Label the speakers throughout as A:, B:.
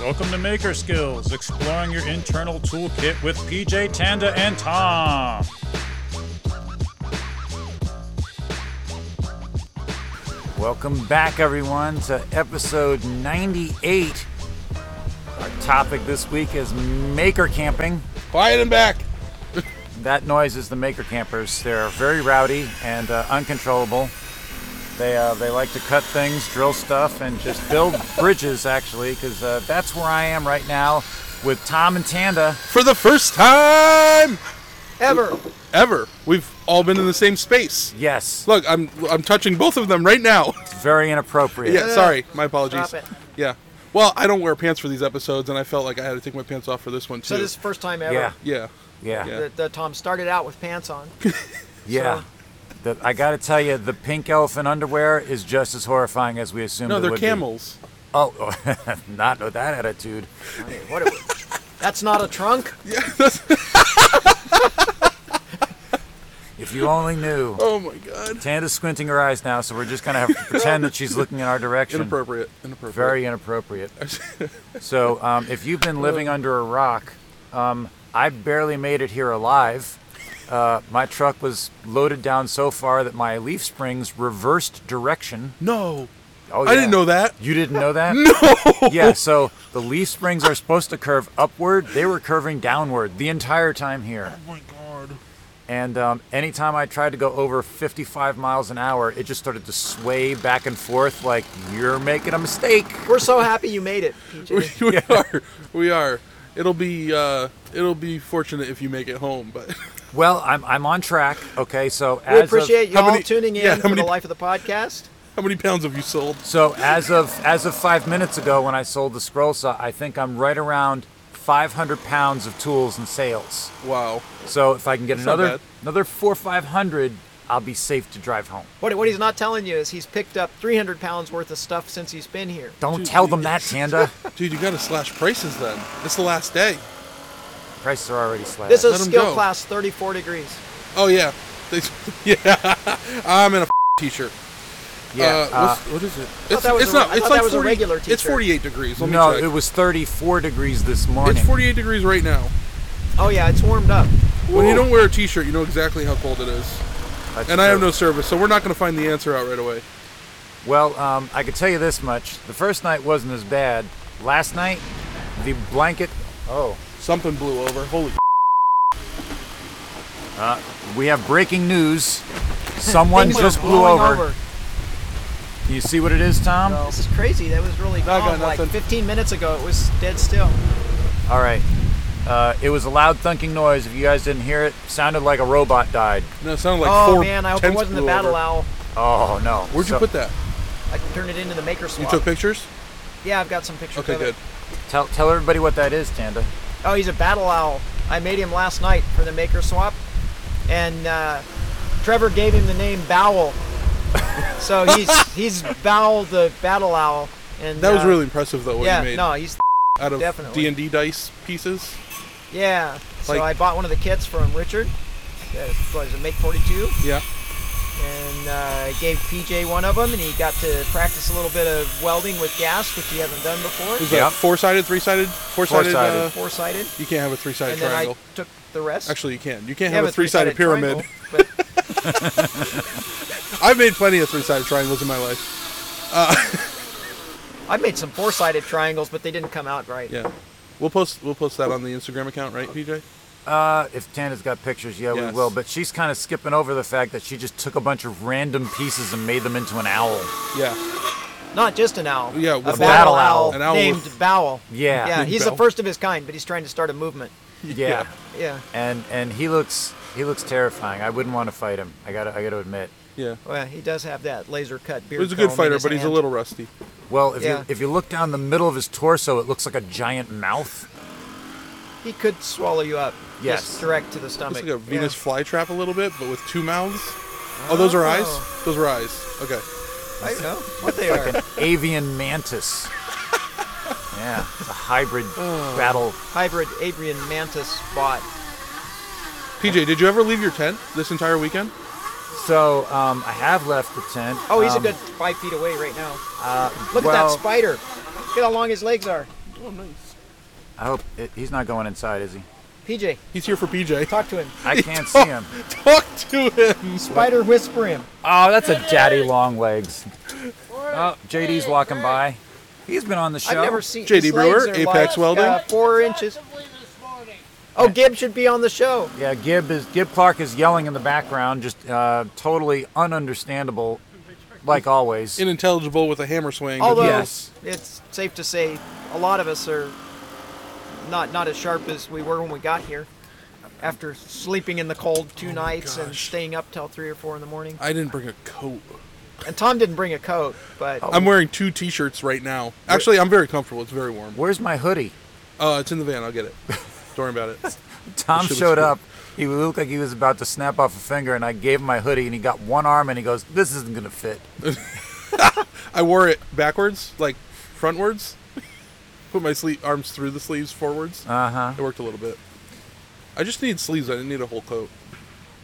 A: Welcome to Maker Skills, exploring your internal toolkit with PJ Tanda and Tom.
B: Welcome back, everyone, to episode 98. Our topic this week is maker camping.
C: Quiet him back.
B: That noise is the maker campers. They're very rowdy and uh, uncontrollable. They, uh, they like to cut things, drill stuff, and just build bridges, actually, because uh, that's where I am right now with Tom and Tanda.
C: For the first time
D: Ever.
C: ever, we've all been in the same space.
B: Yes,
C: Look, I'm I'm touching both of them right now.
B: it's very inappropriate.
C: yeah, sorry. My apologies.
D: Drop it.
C: Yeah. Well, I don't wear pants for these episodes and I felt like I had to take my pants off for this one too.
D: So this is the first time ever
B: Yeah,
C: yeah.
B: yeah,
C: Yeah.
D: that, that Tom started out with pants on.
B: yeah. The, I got to tell you, the pink elephant underwear is just as horrifying as we assumed
C: No,
B: it
C: they're
B: would be.
C: camels.
B: Oh, not with that attitude.
D: Hey, what a- that's not a trunk.
B: If you only knew.
C: Oh my god.
B: Tanda's squinting her eyes now, so we're just gonna have to pretend that she's looking in our direction.
C: Inappropriate. Inappropriate.
B: Very Oh, inappropriate. so, um, if you've been living under a rock, um, I barely made it here alive. Uh, my truck was loaded down so far that my leaf springs reversed direction.
C: No.
B: Oh,
C: I
B: yeah.
C: didn't know that.
B: You didn't know that? No. Yeah, so the leaf springs are supposed to curve upward. They were curving downward the entire time here.
C: Oh my god.
B: And um, anytime I tried to go over 55 miles an hour, it just started to sway back and forth like, you're making a mistake.
D: We're so happy you made it, PJ.
C: We are. We are. It'll be uh it'll be fortunate if you make it home, but
B: Well, I'm, I'm on track. Okay, so
D: We
B: as
D: appreciate
C: How
D: you all
C: many-
D: tuning in
C: yeah, how
D: for
C: many-
D: the life of the podcast.
C: how many pounds have you sold?
B: of, so as of as of five minutes ago when I sold the scroll saw, I think I'm right around 500 pounds of tools and sales.
C: Wow.
B: So if I can get
C: That's not
B: another
C: bad.
B: another four or 500, I'll be safe to drive home.
D: What, what he's not telling you is he's picked up 300 pounds worth of stuff since he's been here.
B: Don't
C: Dude,
B: tell
C: you-
B: them that, Tanda.
C: Dude, you gotta slash prices then. It's the last day.
B: Prices are already slashed.
D: This
C: Let
D: is
C: him
D: skill
C: go.
D: class 34 degrees.
C: Oh yeah, they, yeah. I'm in a t-shirt.
B: yeah.
C: Uh,
B: uh,
C: what's- what is it? It's,
D: that was
C: it's
D: a-
C: not.
D: I
C: it's
D: thought
C: like
D: that was a
C: 40
D: regular
C: It's
D: t-shirt.
C: 48 degrees. Let me
B: no,
C: check.
B: it was 34 degrees this morning.
C: it's 48 degrees right now.
D: Oh, yeah, it's warmed up.
C: When you don't wear a t-shirt, you know exactly how cold it is.
B: That's
C: and I have
B: true.
C: no service, so we're not going to find the answer out right away.
B: Well, um, I could tell you this much. The first night wasn't as bad. Last night, the blanket. Oh.
C: Something blew over. Holy.
B: We have breaking news. Someone
D: Things are
B: just blew
D: blowing
B: over. Can you see what it is, Tom?
D: This is crazy. That was really
C: No, I got
D: calm. Like
C: nothing.
D: 15 minutes ago, it was dead still.
B: All right. Uh, it was a loud thunking noise. If you guys didn't hear it, sounded like a robot died.
C: No, it sounded like
D: oh,
C: four
D: man, I hope it
C: tents
D: wasn't the
C: blew
D: battle
C: over.
D: owl.
B: Oh no.
C: Where'd you
B: So-
C: put that?
D: I can turn it into the maker
C: You
D: swap.
C: took pictures?
D: uh, yeah, I've got some pictures
C: Okay,
D: of it.
C: good.
B: Tell tell everybody what that is, Tanda.
D: Oh, he's a battle owl. I made him last night for the maker swap, and uh, Trevor gave him the name Bowel. so he's he's Bowel the battle owl, and
C: That was
D: uh,
C: really impressive, though. What
D: yeah.
C: you made
D: No, he's
C: out of
D: definitely.
C: D&D dice pieces.
D: yeah.
C: Like-
D: so I bought one of the kits from Richard. Uh, That was a Make 42,
C: Yeah.
D: and uh, I gave PJ one of them, and he got to practice a little bit of welding with gas, which he hasn't done
C: Is
D: before.
C: that
B: Yep.
C: four-sided, three-sided, four-sided?
B: Four-sided.
C: Uh,
D: Four sided,
C: you can't have a three-sided
D: and then
C: triangle.
D: I took the rest.
C: Actually, you can. You can't
D: Yeah,
C: have a
D: but
C: three-sided, pyramid.
D: triangle, but-
C: I've made plenty of three-sided triangles in my life.
D: I made some four-sided triangles, but they didn't come out right.
C: Yeah, we'll post we'll post that on the Instagram account, right, PJ?
B: Uh, if Tanda's got pictures, yeah,
C: Yes.
B: we will. But she's kind of skipping over the fact that she just took a bunch of random pieces and made them into an owl.
C: Yeah.
D: Not just an owl.
C: Yeah,
D: a
C: with
D: battle,
C: a
B: battle
D: owl,
B: owl.
C: An owl
D: named
C: with-
D: Bowel.
B: Yeah.
D: Yeah,
C: Named
D: he's
C: Bowel.
D: the first of his kind, but he's trying to start a movement.
B: Yeah.
D: Yeah.
B: And and he looks he looks terrifying. I wouldn't want to fight him. I got to I got to admit.
C: Yeah.
D: Well, he does have that laser cut beard.
C: He's a good
D: comb in
C: fighter,
D: his
C: but he's a
D: hand.
C: little rusty.
B: Well, if
D: Yeah.
B: you if you look down the middle of his torso, it looks like a giant mouth.
D: He could swallow you up.
B: Yes.
D: Just direct to the
C: Looks
D: stomach.
C: like a
D: Yeah.
C: Venus flytrap a little bit, but with two mouths. Oh, those are eyes. Those are eyes. Okay.
D: I don't know what they are.
B: Avian mantis. Yeah, it's a hybrid battle.
D: Hybrid Abrian mantis bot.
C: PJ, did you ever leave your tent this entire weekend?
B: So um, I have left the tent.
D: Oh, he's
B: Um,
D: a good five feet away right now.
B: Uh,
D: Look at
B: well,
D: that spider. Look at how long his legs are.
C: Oh, nice.
B: I hope it, he's not going inside, is he?
D: PJ,
C: He's here for PJ.
D: talk to him.
B: I can't see him.
C: Talk to him.
D: Spider whisper him.
B: Oh, that's a daddy long legs. Oh, JD's walking by. He's been on the show.
D: I've never seen
C: JD
D: his legs
C: Brewer,
D: are
C: Apex
D: like,
C: Welding.
D: Uh, four inches. Oh, Gibb should be on the show.
B: Yeah, Gib is Gib Clark is yelling in the background, just uh, totally ununderstandable, like always.
C: Unintelligible with a hammer swing.
D: Although
B: Yes.
D: it's safe to say a lot of us are not not as sharp as we were when we got here. After sleeping in the cold two nights and
C: Oh, gosh.
D: staying up till three or four in the morning,
C: I didn't bring a coat.
D: and Tom didn't bring a coat, but
C: I'm wearing two T-shirts right now. Actually, I'm very comfortable. It's very warm.
B: Where's my hoodie?
C: Uh, it's in the van. I'll get it. Don't worry about it.
B: Tom
C: Should we
B: showed
C: split?
B: up. He looked like he was about to snap off a finger, and I gave him my hoodie, and he got one arm, and he goes, "This isn't gonna fit."
C: I wore it backwards, like frontwards. Put my sleeve arms through the sleeves forwards.
B: Uh huh.
C: It worked a little bit. I just need sleeves. I didn't need a whole coat.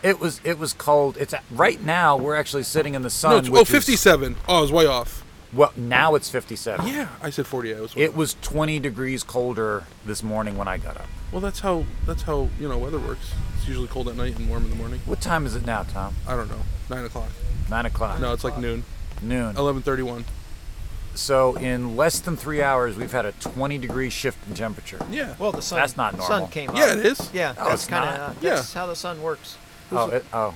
B: It was it was cold. It's right now. We're actually sitting in the sun.
C: No, it's,
B: which
C: oh,
B: is-
C: 57. Oh, I was way off.
B: Well, now it's fifty-seven.
C: Yeah, I said 40. I was. Way
B: It
C: off.
B: was twenty degrees colder this morning when I got up.
C: Well, that's how that's how you know weather works. It's usually cold at night and warm in the morning.
B: What time is it now, Tom?
C: I don't know. Nine o'clock.
B: Nine o'clock.
C: No, Oh. it's like noon.
B: Noon.
C: 11:31.
B: So in less than three hours, we've had a 20 degree shift in temperature.
C: Yeah.
D: well, the sun.
B: That's not normal.
D: Sun came up.
C: Yeah, it is.
D: Yeah,
B: No,
D: that's
B: it's
D: kind
B: not.
D: of uh,
C: Yeah.
D: that's how the sun works.
B: Oh, it, oh,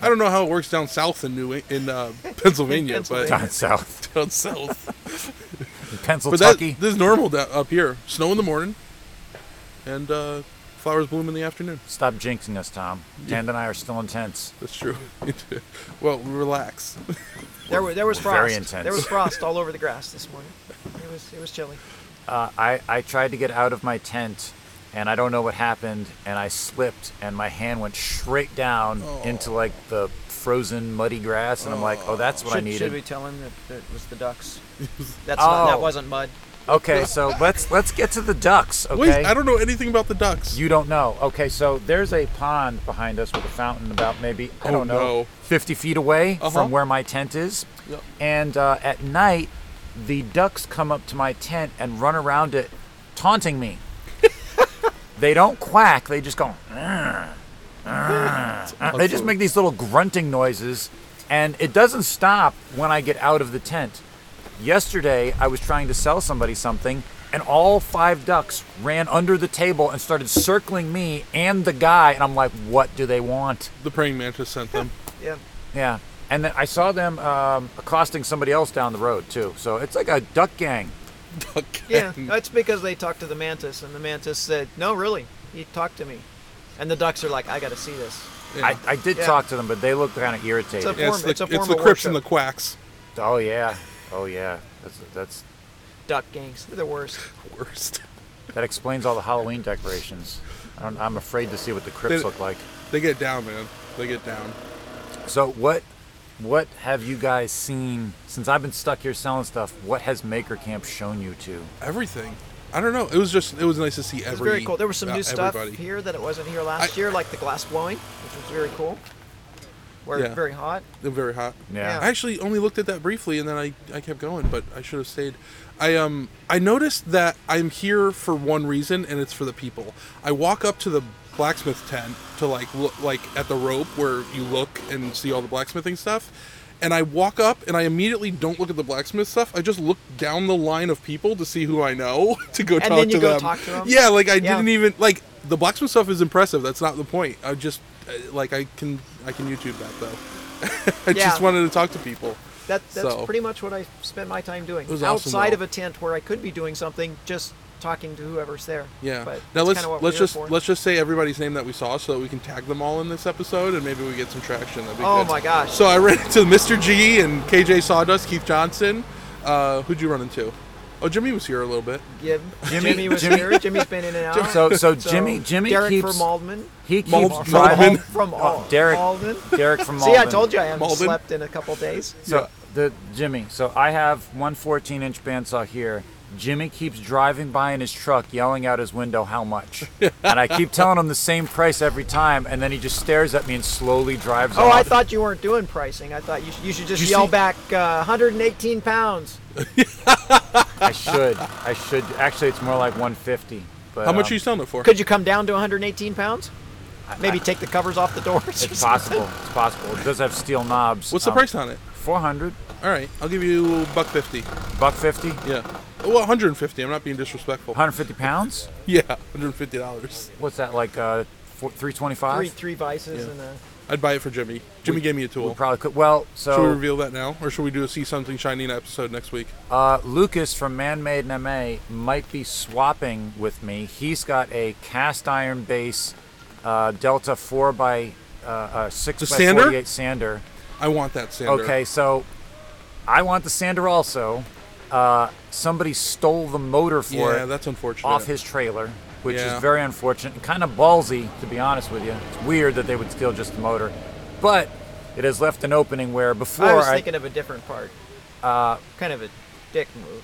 C: I don't know how it works down south in New in uh, Pennsylvania,
D: Pennsylvania.
B: down south,
C: but down south.
B: in
C: But that,
B: Pennsylvania.
C: this is normal down, up here. Snow in the morning, and uh, flowers bloom in the afternoon.
B: Stop jinxing us, Tom. Dan and I are still intense.
C: That's true. well, relax.
D: There was there was frost.
B: Very
D: There
B: intense.
D: was frost all over the grass this morning. It was it was chilly.
B: Uh, I I tried to get out of my tent, and I don't know what happened, and I slipped, and my hand went straight down
C: Oh.
B: into like the frozen muddy grass, and I'm like, oh, that's what I
D: Should, should
B: needed.
D: we tell him that, that it was the ducks? That's
B: Oh.
D: not, that wasn't mud.
B: Okay, so let's let's get to the ducks. Okay.
C: Wait, I don't know anything about the ducks.
B: You don't know. Okay, so there's a pond behind us with a fountain about maybe, I
C: Oh,
B: don't know,
C: no.
B: 50 feet away
C: Uh-huh.
B: from where my tent is.
C: Yep.
B: And uh, at night, the ducks come up to my tent and run around it, taunting me. they don't quack, they just go, "Arr, arr." they just make these little grunting noises, and it doesn't stop when I get out of the tent. Yesterday, I was trying to sell somebody something, and all five ducks ran under the table and started circling me and the guy. And I'm like, what do they want?
C: the praying mantis sent them.
D: Yeah.
B: Yeah. And then I saw them um, accosting somebody else down the road, too. So it's like a duck gang.
C: Duck
D: Yeah,
C: gang.
D: that's because they talked to the mantis, and the mantis said, "No, really, he talked to me." And the ducks are like, "I got to see this."
C: Yeah.
B: I, I did
D: Yeah.
B: talk to them, but they looked kind of
D: It's a
B: irritated.
C: Yeah, it's
D: form-
C: the,
D: it's a form
C: the
D: of
C: Crips and the
D: worship.
C: Quacks.
B: Oh, yeah. Oh, yeah. That's, that's
D: Duck gangs, they're the worst.
C: Worst.
B: That explains all the Halloween decorations. I don't, I'm afraid to see what the crypts
C: Did-
B: look like.
C: They get down, man. They get down.
B: So what what have you guys seen since I've been stuck here selling stuff? What has Maker Camp shown you to?
C: Everything. I don't know. It was just. It was nice to see
D: It was
C: every.
D: very cool. There was some
C: uh,
D: new stuff
C: everybody.
D: here that it wasn't here last
C: I-
D: year, like the glass blowing, which was very cool. Where
C: Yeah.
D: it's very hot.
C: They're very hot.
B: Yeah.
C: I actually only looked at that briefly and then I, I kept going, but I should have stayed. I um I noticed that I'm here for one reason and it's for the people. I walk up to the blacksmith tent to like look like at the rope where you look and see all the blacksmithing stuff. And I walk up and I immediately don't look at the blacksmith stuff. I just look down the line of people to see who I know to go talk
D: then you
C: to
D: go
C: them.
D: talk to them?
C: Yeah, like I
D: Yeah.
C: didn't even like the blacksmith stuff is impressive. That's not the point. I just uh, like I can I can YouTube that though. I
D: Yeah.
C: just wanted to talk to people.
D: That, that's
C: So-
D: pretty much what I spent my time doing.
C: It was awesome,
D: Outside
C: though.
D: of a tent where I could be doing something, just talking to whoever's there.
C: Yeah.
D: But
C: now
D: that's
C: let's
D: kinda what
C: let's
D: we're here
C: just
D: for.
C: let's just say everybody's name that we saw so that we can tag them all in this episode and maybe we get some traction. That'd be
D: Oh
C: good.
D: my gosh.
C: So I ran into Mr. G and KJ Sawdust, Keith Johnson. Uh, who'd you run into? Oh, Jimmy was here a little bit.
D: Jim-
B: Jimmy-
D: Jimmy, was
B: Jimmy-
D: here. Jimmy's been in and out.
B: So so Jimmy Jimmy
D: Derek
B: keeps
D: from Maldman.
B: he keeps
C: Mal-
B: driving
C: Malvin.
D: From
B: Oh,
D: Al-
B: Derek
D: Malden.
B: Derek from
D: See, I
B: Malvin.
D: told you I haven't
C: Malden.
D: slept in a couple days.
B: So
C: Yeah.
B: the Jimmy. So I have one 14 inch bandsaw here. Jimmy keeps driving by in his truck, yelling out his window how much, and I keep telling him the same price every time, and then he just stares at me and slowly drives
D: Oh,
B: off.
D: I thought you weren't doing pricing. I thought you, sh- you should just
B: You
D: yell
B: see-
D: back uh, 118 pounds.
B: I should. I should. Actually, it's more like 150. But
C: How much
B: um,
C: are you selling it for?
D: Could you come down to 118 pounds? Maybe
B: I-
D: take the covers off the doors. or
B: It's
D: something?
B: possible. It's possible. It does have steel knobs. Um,
C: What's the price on it?
B: Four hundred.
C: All right, I'll give you buck fifty.
B: Buck fifty. One
C: Yeah. Well, 150. I'm not being disrespectful.
B: hundred fifty pounds.
C: Yeah, 150 dollars.
B: What's that like? Uh, three
D: Three,
B: twenty-five.
D: three vices
C: Yeah.
D: and uh, a.
C: I'd buy it for Jimmy. Jimmy gave me a
B: We
C: tool.
B: probably could. Well, so
C: Should we reveal that now, or should we do a see something shining episode next week?
B: Uh, Lucas from Man Made in MA might be swapping with me. He's got a cast iron base uh, Delta 4 by uh, uh, 6
C: The
B: by
C: sander?
B: 48 sander.
C: I want that sander.
B: Okay, so I want the sander also. Uh, somebody stole the motor for
C: Yeah,
B: it
C: that's unfortunate.
B: off his trailer, which
C: Yeah.
B: is very unfortunate and kind of ballsy, to be honest with you. It's weird that they would steal just the motor, but it has left an opening where before
D: I was thinking of a different part. Uh, kind of a dick move.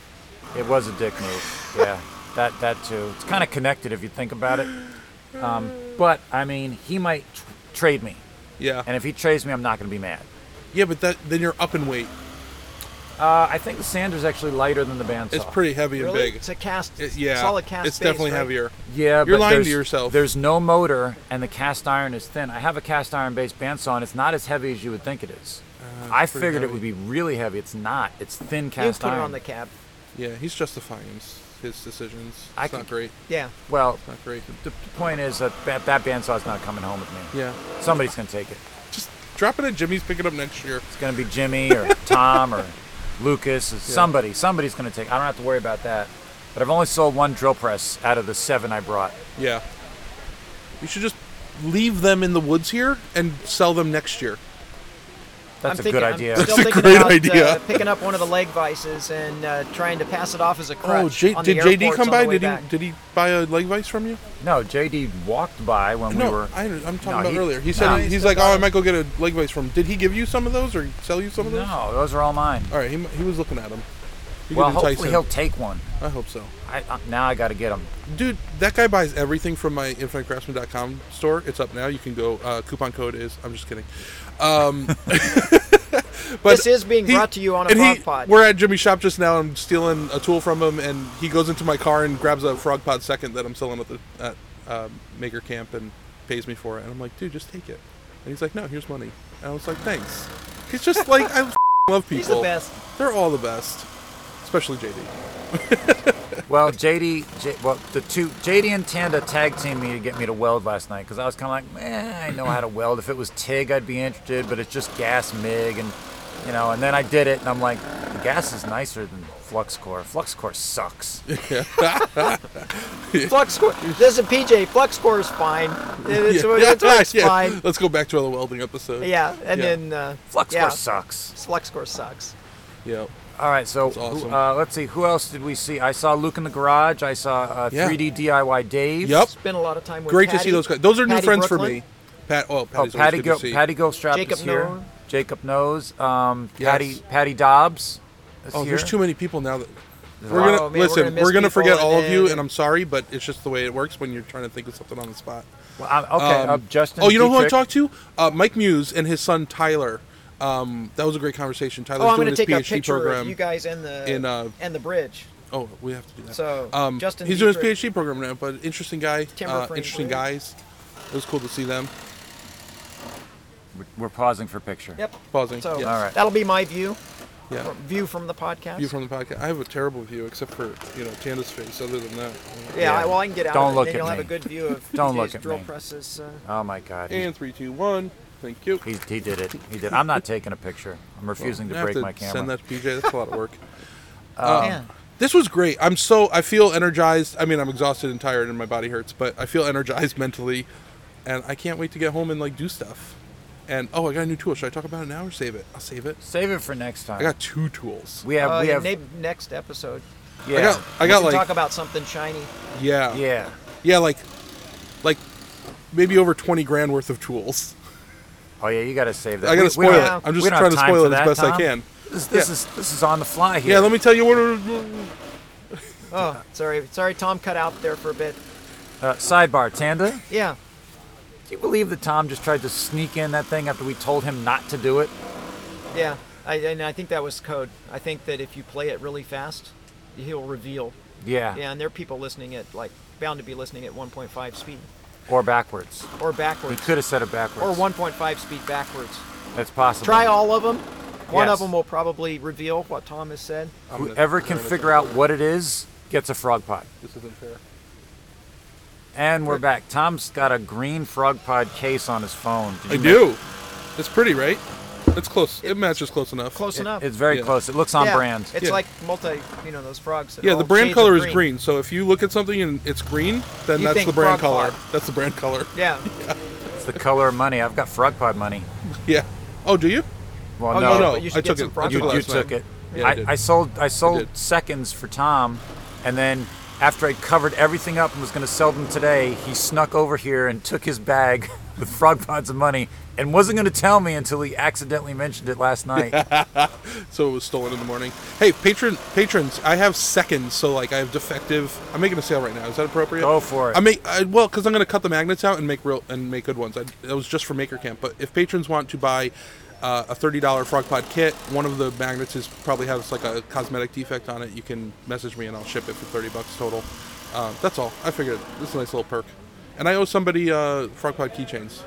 B: It was a dick move. Yeah, that that too. It's kind of connected if you think about it. Um, but I mean, he might tr- trade me,
C: Yeah.
B: and if he trades me, I'm not going to be mad.
C: yeah, but that then you're up in weight.
B: Uh, I think the Sander's actually lighter than the bandsaw.
C: It's pretty heavy and
D: Really?
C: big.
D: It's a cast.
C: It- yeah.
D: Solid cast.
C: It's
D: base,
C: definitely
D: right?
C: heavier.
B: Yeah,
C: You're
B: but
C: lying to
B: there's-
C: yourself.
B: There's no motor, and the cast iron is thin. I have a cast iron based bandsaw, and it's not as heavy as you would think it is. I
C: Uh, pretty
B: figured it
C: heavy.
B: would be really heavy. It's not. It's thin
D: You can
B: cast
D: put
B: iron.
D: it on the cab.
C: Yeah, he's justifying his, his decisions. It's
B: I
C: not
B: can-
C: great.
D: Yeah.
B: well,
C: Not great.
B: the the point is that that, that bandsaw's not coming home with me.
C: Yeah.
B: Somebody's going to take it.
C: Just drop it at Jimmy's. Pick it up next year.
B: It's gonna be Jimmy or Tom or Lucas. Or Somebody, somebody's gonna take. I don't have to worry about that. But I've only sold one drill press out of the seven I brought.
C: Yeah. You should just leave them in the woods here and sell them next year.
B: That's
D: I'm
B: a
D: thinking,
B: good
D: I'm
B: idea.
D: Still
C: That's a
D: thinking
C: great
D: about,
C: idea.
D: Uh, picking up one of the leg vices and uh, trying to pass it off as a crutch.
C: Oh, J-
D: on
C: did
D: the
C: JD
D: airports
C: come
D: on the
C: by?
D: way
C: Did he
D: back.
C: did he buy a leg vice from you?
B: no, JD walked by when
C: no,
B: we were.
C: I, am talking
B: No,
C: about
B: he-
C: earlier. He said
B: no,
C: he-
B: he
C: he's
B: said
C: like, oh, I
B: that.
C: might go get a leg vice from. Did he give you some of those or sell you some of those?
B: no, those are all mine.
C: All right, he, m- he was looking at them. You
B: Well,
C: could entice
B: hopefully he'll
C: him.
B: take one.
C: I hope so.
B: I, uh, now I got to get him.
C: Dude, that guy buys everything from my infinitecraftsman.com store. It's up now. You can go. Uh, coupon code is. I'm just kidding. Um, but
D: This is being
C: he-
D: brought to you on a
C: and he-
D: frog pod.
C: We're at Jimmy's shop just now. I'm stealing a tool from him, and he goes into my car and grabs a frog pod second that I'm selling at the at, um, Maker Camp and pays me for it. And I'm like, dude, just take it. And he's like, no, here's money. And I was like, thanks. He's just like, I f- love people.
D: He's the best.
C: They're all the best, especially JD.
B: Well, JD, J, well, the two JD and Tanda tag teamed me to get me to weld last night because I was kind of like, eh, I know how to weld. If it was TIG, I'd be interested, but it's just gas MIG, and you know. And then I did it, and I'm like, the gas is nicer than flux core. Flux core sucks.
D: Flux score. This is a PJ. Flux score is fine. It's,
C: Yeah.
D: it's, it's
C: Yeah.
D: fine.
C: Let's go back to the welding episode.
D: Yeah. And
C: Yeah.
D: then uh,
B: flux
D: yeah,
B: core sucks.
D: Flux score sucks.
C: Yeah.
B: All right, so
C: awesome.
B: uh, let's see. Who else did we see? I saw Luke in the garage. I saw uh,
C: Yeah.
B: 3D DIY Dave.
C: Yep.
D: Spent a lot of time with.
C: Great to see
D: Patty.
C: those guys. Those are new
D: Patty
C: friends for
D: Brooklyn.
C: me. Pat. Oh,
B: Oh,
C: Patty's
B: Patty,
C: always good
B: Go-
C: to see.
B: Patty Goldstrap
D: Jacob
B: is here.
D: Knoll.
B: Jacob knows. Um,
C: Yes.
B: Patty Patty Dobbs. Is
C: Oh,
B: here.
C: there's too many people now that
B: There's a
C: we're
B: lot.
C: gonna
D: Oh, man, we're
C: listen.
D: gonna
C: We're
D: miss
C: gonna,
D: people
C: forget all
D: and
C: of you,
D: then-
C: and I'm sorry, but it's just the way it works when you're trying to think of something on the spot.
B: Well, I- okay,
C: Um,
B: uh, Justin.
C: oh, you know who I
B: Dietrich.
C: talked to? Uh, Mike Muse and his son Tyler. Um, that was a great conversation. Tyler's
D: Oh, I'm
C: doing
D: going
C: his
D: to take a
C: PhD
D: picture
C: program.
D: of you guys and the
C: in, uh,
D: and the bridge.
C: Oh, we have to do that.
D: So,
C: um,
D: Justin
C: he's doing
D: Dietrich.
C: his PhD program now, but interesting guy.
D: Timber
C: Uh,
D: frame
C: interesting
D: plan.
C: guys. It was cool to see them.
B: We're, we're pausing for picture.
D: Yep.
C: Pausing.
D: So
C: yes.
B: All right.
D: that'll be my view.
C: Yeah.
D: from- View from the podcast.
C: View from the podcast. I have a terrible view, except for you know Tanda's face. Other than that,
D: yeah,
B: Yeah.
D: I, well, I can get out.
B: Don't
D: of it,
B: look
D: then
B: at
D: You'll have
B: me.
D: a good view of
B: Don't
D: PJ's
B: look at
D: drill
B: me.
D: presses. Uh,
B: Oh my God. He,
C: and three, two, one. Thank you.
B: he, he did it. He did. I'm not taking a picture. I'm refusing
C: I
B: to
C: have
B: break
C: to
B: my camera.
C: Send that to PJ. That's a lot of work.
B: Um,
C: Oh.
D: man.
C: This was great. I'm so I feel energized. I mean, I'm exhausted and tired, and my body hurts, but I feel energized mentally, and I can't wait to get home and like do stuff. And oh, I got a new tool. Should I talk about it now or save it? I'll save it.
B: Save it for next time.
C: I got two tools.
B: we have.
D: Uh,
B: we have.
D: maybe next episode.
B: yeah.
C: I got. I
D: we
C: got
D: can
C: like
D: talk about something shiny.
C: yeah, yeah,
B: yeah.
C: like, like maybe over twenty grand worth of tools.
B: Oh yeah. You got to save that.
C: I gotta
B: We- we don't
C: spoil
B: have-
C: it. I'm just
B: we don't
C: trying
B: have
C: to
B: time
C: spoil
B: for
C: it as
B: that,
C: best I
B: Tom.
C: can.
B: This, this
C: Yeah.
B: is this is on the fly here.
C: Yeah, let me tell you what.
D: Oh, sorry, sorry, Tom cut out there for a bit.
B: Uh, sidebar. Tanda.
D: Yeah.
B: Do you believe that Tom just tried to sneak in that thing after we told him not to do it?
D: Yeah, I, and I think that was code. I think that if you play it really fast, he'll reveal.
B: Yeah.
D: Yeah, and there are people listening at like bound to be listening at 1.5 speed
B: Or backwards.
D: or
B: We
D: backwards
B: could have said it backwards.
D: or 1.5 speed backwards.
B: That's possible.
D: Try all of them. One
B: Yes.
D: of them will probably reveal what Tom has said.
C: I'm gonna
B: Whoever can
C: turn this
B: figure
C: off.
B: out what it is gets a frog pod.
C: This isn't fair.
B: And we're back. Tom's got a green frog pod case on his phone. Did
C: I
B: you
C: do. It's pretty, right? It's close. It matches close enough.
D: Close
B: It-
D: enough.
B: It's very
C: Yeah.
B: close. It looks on
D: Yeah,
B: brand.
D: It's
C: Yeah.
D: like multi, you know, those frogs. that
C: Yeah,
D: all
C: the brand
D: shades
C: color
D: of
C: is green. So if you look at something and it's green, then
D: You
C: that's
D: think
C: the brand
D: frog
C: color.
D: pot.
C: That's the brand color.
D: Yeah.
B: It's the color of money. I've got frog pod money.
C: Yeah. Oh, do you?
B: Well,
D: Oh,
B: no,
D: you
C: no,
D: should- you should
C: I
D: get
C: took
D: some
C: it.
D: frog
C: I
B: you,
C: it
D: pods.
B: you
C: last
B: took
C: night.
B: it.
C: Yeah, I
B: I,
C: did.
B: I sold I sold
C: did.
B: seconds for Tom, and then after I covered everything up and was going to sell them today, he snuck over here and took his bag with frog pods of money and wasn't going to tell me until he accidentally mentioned it last night.
C: So it was stolen in the morning. Hey, patron, patrons, I have seconds. So like, I have defective. I'm making a sale right now. Is that appropriate?
B: Go for it.
C: I make I, well because I'm gonna cut the magnets out and make real and make good ones. I, that was just for Maker Camp. But if patrons want to buy uh, a thirty dollar frog pod kit, one of the magnets is probably has like a cosmetic defect on it. You can message me and I'll ship it for thirty bucks total. Uh, that's all. I figured this is a nice little perk. And I owe somebody uh, frog pod keychains.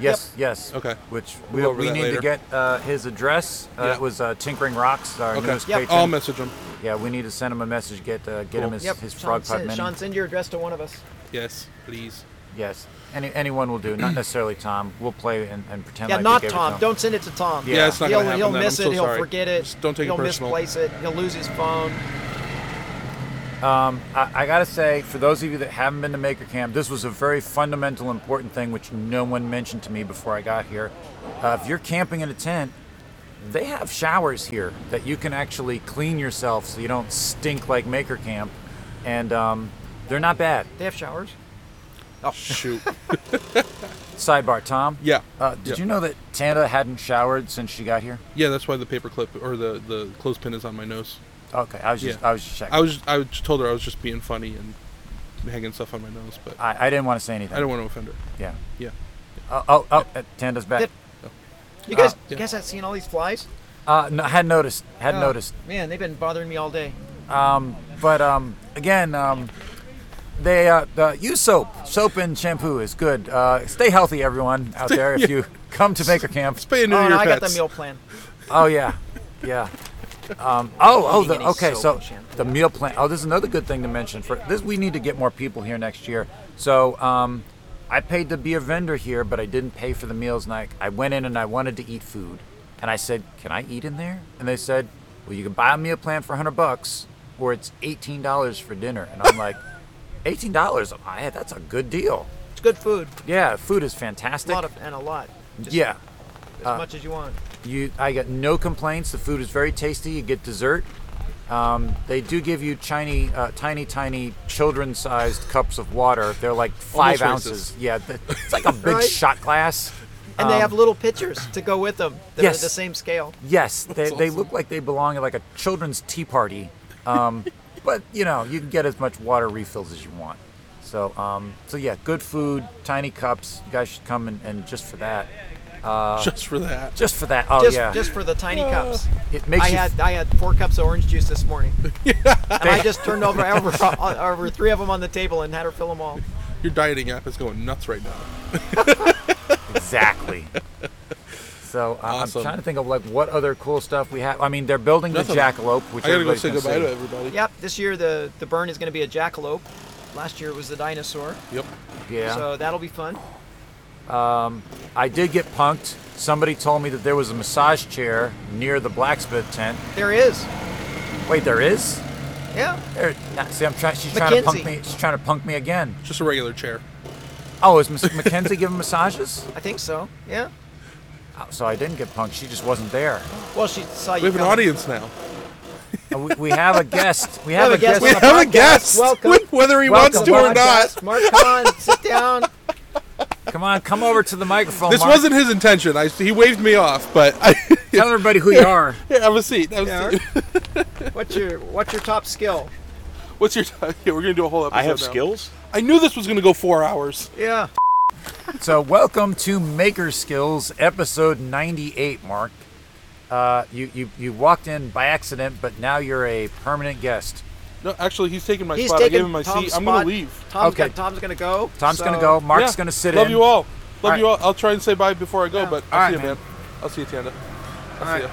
B: Yes, yes.
C: Okay.
B: Which
C: We'll
B: we,
C: go over
B: we
C: that
B: need
C: later.
B: to get uh, his address. Uh,
C: Yeah.
B: It was uh, Tinkering Rocks, our
C: Okay. Um,
B: newest
D: Yep.
B: patron.
C: I'll message them.
B: yeah, we need to send him a message. Get uh, get him his,
D: Yep.
B: his
D: Sean,
B: frog pod
D: send,
B: mini.
D: Sean, send your address to one of us.
C: Yes, please.
B: Yes. Any anyone will do. Not necessarily Tom. We'll play and, and pretend.
D: Yeah,
B: like we
D: not
B: gave it to
D: Tom.
B: him.
D: Don't send it to Tom.
C: Yeah,
B: Yeah.
C: it's not
D: he'll
C: gonna happen.
D: he'll
C: then.
D: miss
C: I'm so
D: it. He'll
C: sorry.
D: forget it.
C: Just don't take
D: he'll
C: it personal.
D: misplace it. He'll lose his phone.
B: I, I gotta say, for those of you that haven't been to Maker Camp, this was a very fundamental, important thing which no one mentioned to me before I got here. Uh, if you're camping in a tent, they have showers here that you can actually clean yourself so you don't stink like Maker Camp, and um, they're not bad.
D: They have showers.
B: Oh.
C: Shoot.
B: Sidebar, Tom.
C: Yeah.
B: Uh, did
C: Yeah.
B: you know that Tanda hadn't showered since she got here?
C: Yeah, that's why the paperclip or the the clothespin is on my nose.
B: Okay, I was just
C: Yeah.
B: I was just checking.
C: I was I was- told her I was just being funny and hanging stuff on my nose, but
B: I, I didn't want to say anything.
C: I don't want to offend her.
B: Yeah.
C: Yeah.
B: Oh, oh, oh uh, Tanda's back.
D: That- You guys,
B: Ah.
C: yeah.
D: you guys have seen all these flies?
B: Uh, no, I had noticed. Had
D: Oh,
B: noticed.
D: Man, they've been bothering me all day.
B: But um, again, um, they uh, the, use soap. Soap and shampoo is good. Uh, stay healthy, everyone out there. If you come to Maker Camp,
C: Spay and neuter
D: oh, and
C: your
D: I got the
C: pets.
D: meal plan.
B: oh yeah, yeah. Um, oh, oh, the,
D: Vegan is
B: okay.
D: soap
B: So
D: and shampoo.
B: the meal plan. Oh, this is another good thing to mention. For this, we need to get more people here next year. So um, I paid to be a vendor here, but I didn't pay for the meals. And I, I went in and I wanted to eat food, and I said, "Can I eat in there?" And they said, "Well, you can buy a meal plan for 100 bucks, or it's 18 dollars for dinner." And I'm like, 18 dollars? I that's a good deal.
D: It's good food.
B: Yeah, food is
D: A
B: fantastic.
D: lot of and a lot. Just
B: yeah,
D: As
B: Ah.
D: much as you want.
B: you, I got no complaints. The food is very tasty. You get dessert. Um, they do give you tiny, uh, tiny, tiny children-sized cups of water. They're like five
C: Almost
B: ounces. Yeah, th- it's like a big
D: Right?
B: shot glass.
D: And they have little pictures to go with them. They're
B: Um, Yes.
D: the same scale.
B: Yes, they, they
C: awesome.
B: look like they belong at like a children's tea party. Um, but you know, you can get as much water refills as you want. So, um, so yeah, good food, tiny cups. You guys should come and, and just for that,
C: just for that.
B: just for that. Oh
D: Just,
B: yeah,
D: just for the tiny cups.
B: it makes
D: I
B: you
D: had I had four cups of orange juice this morning, and I just turned over, over over three of them on the table and had her fill them all.
C: Your dieting app is going nuts right now.
B: Exactly. so I
C: Awesome.
B: I'm trying to think of like what other cool stuff we have. I mean, they're building
C: Nothing.
B: the jackalope, which
C: I gotta go
B: everybody's
C: say
B: gonna
C: goodbye
B: see.
C: to everybody.
D: Yep, this year the the burn is going to be a jackalope. Last year it was the dinosaur,
C: Yep.
B: Yeah,
D: so that'll be fun.
B: I did get punked. Somebody told me that there was a massage chair near the blacksmith tent.
D: There is,
B: Wait, there is.
D: yeah,
B: There, nah, see, I'm trying. She's trying to punk
D: Mackenzie.
B: me. She's trying to punk me again.
C: Just a regular chair.
B: Oh, is Miss Mackenzie giving massages?
D: I think so. Yeah.
B: Oh, So I didn't get punked. She just wasn't there.
D: Well, she saw you.
C: We have an
D: coming.
C: audience now.
B: Uh, We, we have a guest. We have,
D: have a guest
C: We
D: on the
C: have a
D: podcast.
C: guest.
D: Welcome.
C: Whether he
B: Welcome,
C: wants to or
D: Podcast.
C: not.
D: Mark, come on, sit down.
B: Come on, come over to the microphone.
C: This
B: Mark.
C: wasn't his intention. I, he waved me off, but I,
B: Tell everybody who you are.
C: here, have a seat. Have a seat.
D: What's your what's your top skill?
C: What's your time? Yeah, we're gonna do a whole episode.
A: I have
C: now.
A: skills.
C: I knew this was gonna go four hours.
D: Yeah.
B: So, welcome to Maker Skills, episode 98, Mark. Uh, you, you, you walked in by accident, but now you're a permanent guest.
C: No, actually, he's taking my
D: He's
C: spot. I
D: taking
C: gave him my
D: Tom's
C: seat.
D: spot.
C: I'm gonna leave.
D: Tom's
B: Okay.
D: got- Tom's gonna go.
B: Tom's
D: so-
B: gonna go. Mark's
C: Yeah.
B: gonna sit
C: Love
B: in.
C: you all. Love
B: right.
C: you all. I'll try and say bye before I go,
D: Yeah.
C: but
B: All
C: I'll
B: right,
C: see you,
B: man.
C: man. I'll see you, Tanda. I'll
B: All
C: see you.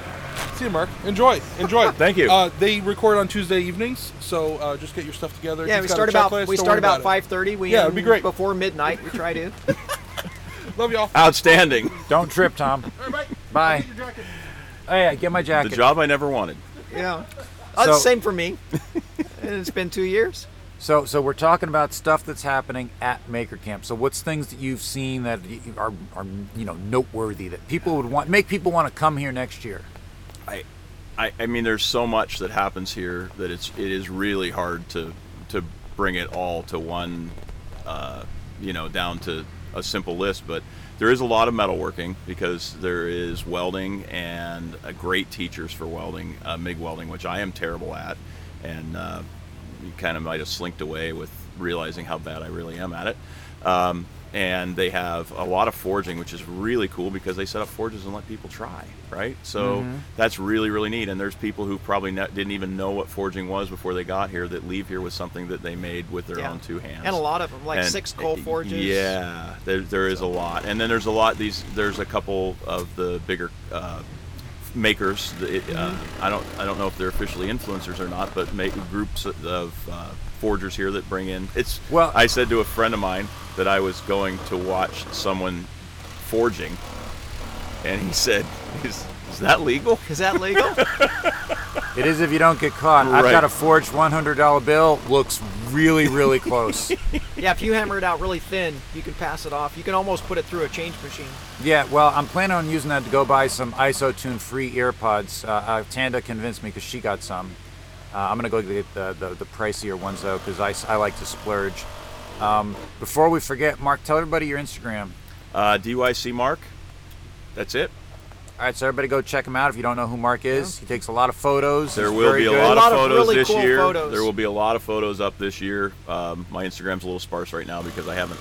C: See you, Mark. Enjoy. Enjoy.
E: Thank you.
C: Uh, they record on Tuesday evenings, so uh, just get your stuff together.
D: Yeah,
C: He's
D: we
C: got a
D: start about
C: checklist.
D: we
C: Don't
D: start
C: worry
D: about
C: it.
D: five thirty. We
C: Yeah, it'd be
D: end
C: great.
D: before midnight. We try to.
C: Love y'all.
E: Outstanding.
B: Don't trip, Tom. Bye. Oh yeah, get my
E: The
B: jacket.
E: job I never wanted.
D: yeah, Uh,
B: So-
D: same for me. and it's been two years.
B: So, so we're talking about stuff that's happening at Maker Camp. So, what's things that you've seen that y- are, are you know noteworthy that people would want make people want to come here next year?
E: I, I, I mean, there's so much that happens here that it's it is really hard to to bring it all to one, uh, you know, down to a simple list. But there is a lot of metalworking because there is welding and uh, great teachers for welding, uh, MIG welding, which I am terrible at, and uh, you kind of might have slinked away with realizing how bad I really am at it. Um, and they have a lot of forging, which is really cool because they set up forges and let people try, right? So
D: Mm-hmm.
E: that's really, really neat. And there's people who probably ne- didn't even know what forging was before they got here that leave here with something that they made with their
D: Yeah.
E: own two hands.
D: And a lot of them, like
E: And-
D: six
B: uh,
D: coal forges.
E: Yeah, there, there is a lot, and then there's a lot. These there's a couple of the bigger uh, makers. the- it, uh,
D: Mm-hmm.
E: I don't I don't know if they're officially influencers or not, but make groups of uh, forgers here that bring in. It's
B: Well-
E: I said to a friend of mine that I was going to watch someone forging, and he said, "Is, is that legal?"
D: Oh, Is that legal?
B: It is if you don't get caught. I've
E: Right.
B: got a forged one hundred dollar bill. Looks really, really close.
D: yeah, if you hammer it out really thin, you can pass it off. You can almost put it through a change machine.
B: yeah, well, I'm planning on using that to go buy some IsoTune free ear pods. Uh, uh, Tanda convinced me because she got some. Uh, I'm gonna go get the the, the pricier ones though because I, s- I like to splurge. Um, before we forget, Mark, tell everybody your Instagram.
E: Uh, DYC Mark. That's it.
B: All right, so everybody go check him out if you don't know who Mark is. He takes a lot of photos.
E: There
B: He's
E: will
B: very
E: be a
B: good.
E: lot,
D: A lot
E: of
D: of
E: photos
D: really
E: this
D: cool
E: year.
D: photos.
E: There will be a lot of photos up this year. Um, my Instagram's a little sparse right now because I haven't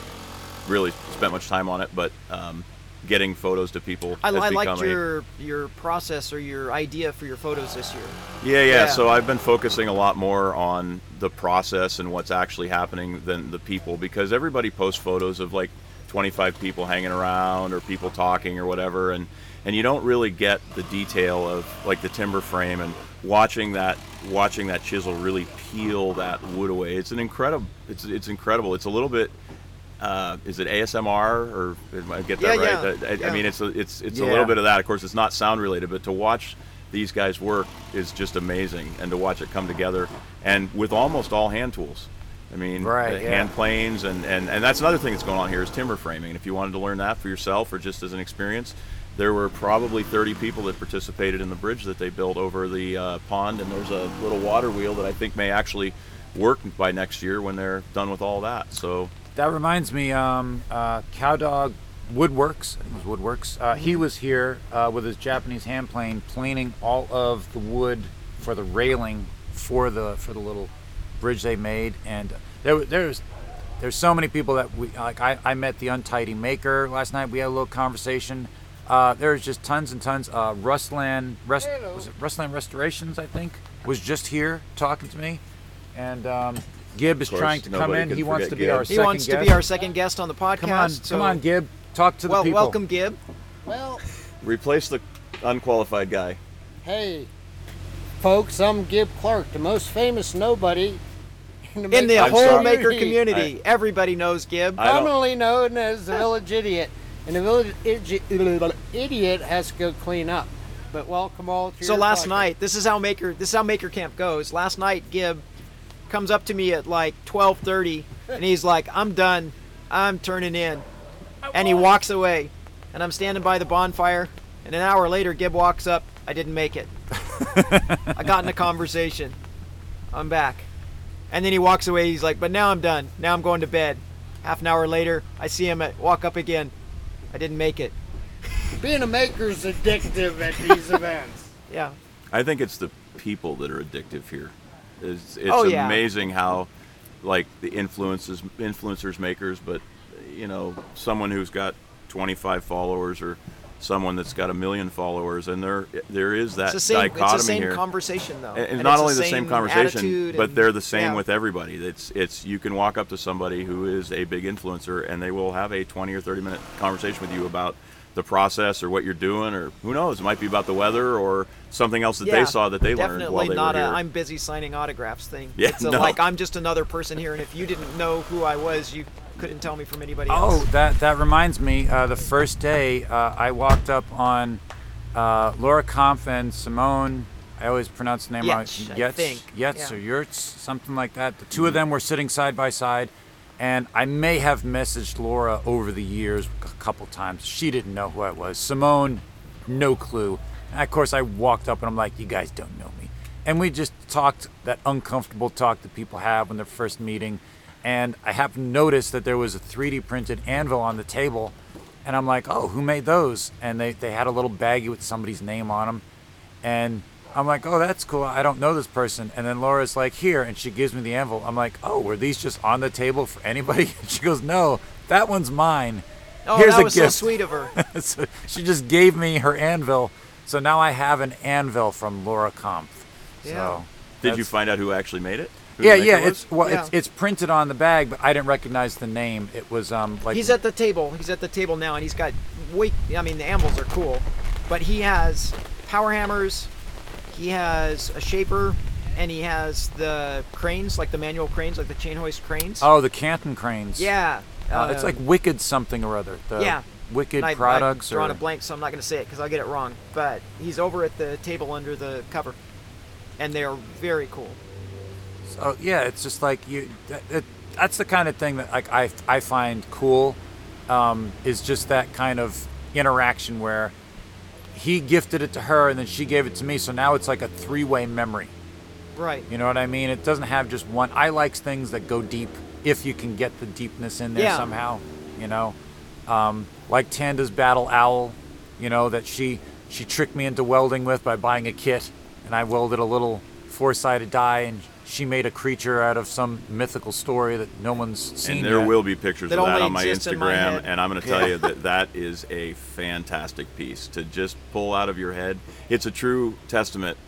E: really spent much time on it, but um, getting photos to people
D: I,
E: has
D: I
E: become
D: liked
E: a-
D: your your process or your idea for your photos this year.
E: yeah, yeah,
D: yeah.
E: So I've been focusing a lot more on the process and what's actually happening than the people because everybody posts photos of like 25 people hanging around or people talking or whatever, and and you don't really get the detail of like the timber frame and watching that watching that chisel really peel that wood away. It's an incredible. It's it's incredible. It's a little bit. Uh, is it ASMR or did I get that
D: Yeah, yeah,
E: right? That- I, I
D: yeah.
E: mean, it's a, it's it's a
B: Yeah.
E: little bit of that. Of course, it's not sound related, but to watch these guys work is just amazing, and to watch it come together, and with almost all hand tools. I mean,
B: Right,
E: the
B: yeah.
E: hand planes, and, and and that's another thing that's going on here is timber framing. And if you wanted to learn that for yourself or just as an experience, there were probably 30 people that participated in the bridge that they built over the uh, pond, and there's a little water wheel that I think may actually work by next year when they're done with all that. So
B: That reminds me, um, uh, Cowdog Woodworks, I think it was Woodworks, uh, he was here uh, with his Japanese hand plane planing all of the wood for the railing for the for the little bridge they made. And there, wa- there's there's so many people that we like. I, I met the untidy maker last night. We had a little conversation. Uh, there's just tons and tons. Uh, Rustland, Rest, was it Rustland Restorations, I think, was just here talking to me, and um, Gibb is
E: course,
B: trying to come
E: nobody
B: in.
E: could
B: He wants
E: forget
B: to be
E: Gibb.
B: our
D: He
B: second
D: wants to be
B: guest.
D: our second guest on the podcast.
B: Come on,
D: so-
B: come on, Gib. Talk to the
F: Well,
B: people.
D: welcome, Gib.
F: Well,
E: replace the unqualified guy.
F: hey, folks, I'm Gib Clark, the most famous nobody in the,
D: In the
F: Maker
E: I'm
D: whole
E: sorry.
D: maker community, everybody knows Gib.
E: I don't-
F: commonly known as the village idiot. And the village idi- idiot has to go clean up. But welcome all to
D: So
F: your
D: last
F: podcast.
D: night, this is how maker this is how maker camp goes. Last night, Gib comes up to me at like 12:30, and he's like, "I'm done, I'm turning in," and he walks away. And I'm standing by the bonfire, and an hour later, Gib walks up. I didn't make it. I got in a conversation. I'm back, and then he walks away. He's like, "But now I'm done. Now I'm going to bed." Half an hour later, I see him at, walk up again. I didn't make it.
F: Being a maker's addictive at these events.
D: Yeah.
E: I think it's the people that are addictive here. It's, it's
D: Oh, yeah.
E: amazing how, like, the influences, influencers, makers, but you know, someone who's got 25 followers or someone that's got a million followers, and there there is that
D: It's the same,
E: uh, dichotomy
D: it's the same
E: here.
D: conversation though.
E: And, and
D: it's
E: not only the same, conversation,
D: attitude
E: but
D: and-
E: they're the same
D: yeah.
E: with everybody. It's it's you can walk up to somebody who is a big influencer, and they will have a 20 or 30 minute conversation with you about the process or what you're doing, or who knows, it might be about the weather or something else that
D: Yeah,
E: they saw that they
D: definitely
E: learned while they
D: not
E: were
D: a
E: here.
D: I'm busy signing autographs thing.
E: Yeah,
D: it's a,
E: no.
D: like I'm just another person here, and if you didn't know who I was, you couldn't tell me from anybody
B: Oh,
D: else.
B: that that reminds me. Uh, the first day, uh, I walked up on uh, Laura Kampf and Simone. I always pronounce the name wrong.
D: Yetch, I
B: Yetz,
D: think.
B: Yetz
D: Yeah. Mm-hmm.
B: or Yurts, something like that. The 2 of them were sitting side by side, and I may have messaged Laura over the years a couple times. She didn't know who I was. Simone, no clue. And of course, I walked up and I'm like, "You guys don't know me," and we just talked that uncomfortable talk that people have when they're first meeting. And I happened to notice that there was a 3D printed anvil on the table, and I'm like, "Oh, who made those?" And they they had a little baggie with somebody's name on them and I'm like, oh, that's cool. I don't know this person. And then Laura's like, here, and she gives me the anvil. I'm like, oh, were these just on the table for anybody? she goes, no, that one's mine.
D: Oh,
B: Here's
D: that
B: a
D: was
B: gift.
D: so sweet of her.
B: so she just gave me her anvil. So now I have an anvil from Laura Kampf.
D: Yeah.
B: So
E: Did you
B: that's-
E: find out who actually made it? Who the
B: Yeah,
E: maker
B: yeah.
E: was?
B: It's well, it's
D: Yeah.
B: it's printed on the bag, but I didn't recognize the name. It was um like
D: He's at the table. He's at the table now, and he's got weight. I mean, the anvils are cool, but he has power hammers. He has a shaper, and he has the cranes, like the manual cranes, like the chain hoist cranes.
B: oh the Canton cranes.
D: yeah.
B: Uh,
E: Oh,
B: it's
D: um,
B: like Wicked something or other. The
D: yeah.
B: Wicked
D: And I-
B: products
D: I've drawn
B: or
D: a blank, so I'm not going to say it because I'll get it wrong. But he's over at the table under the cover, and they are very cool.
B: Oh yeah, it's just like you. That, that, that's the kind of thing that like I I find cool, um, is just that kind of interaction where he gifted it to her and then she gave it to me, so now it's like a three-way memory.
D: Right.
B: You know what I mean? It doesn't have just one. I likes things that go deep if you can get the deepness in there
D: Yeah.
B: somehow. You know, um, like Tanda's Battle Owl. You know that she she tricked me into welding with by buying a kit, and I welded a little four-sided die, and she made a creature out of some mythical story that no one's seen.
E: And there
B: yet.
E: will be pictures
D: That
E: of that
D: only
E: on my
D: exists in my
E: Instagram,
D: head.
E: and I'm going to tell you that that is a fantastic piece to just pull out of your head. It's a true testament.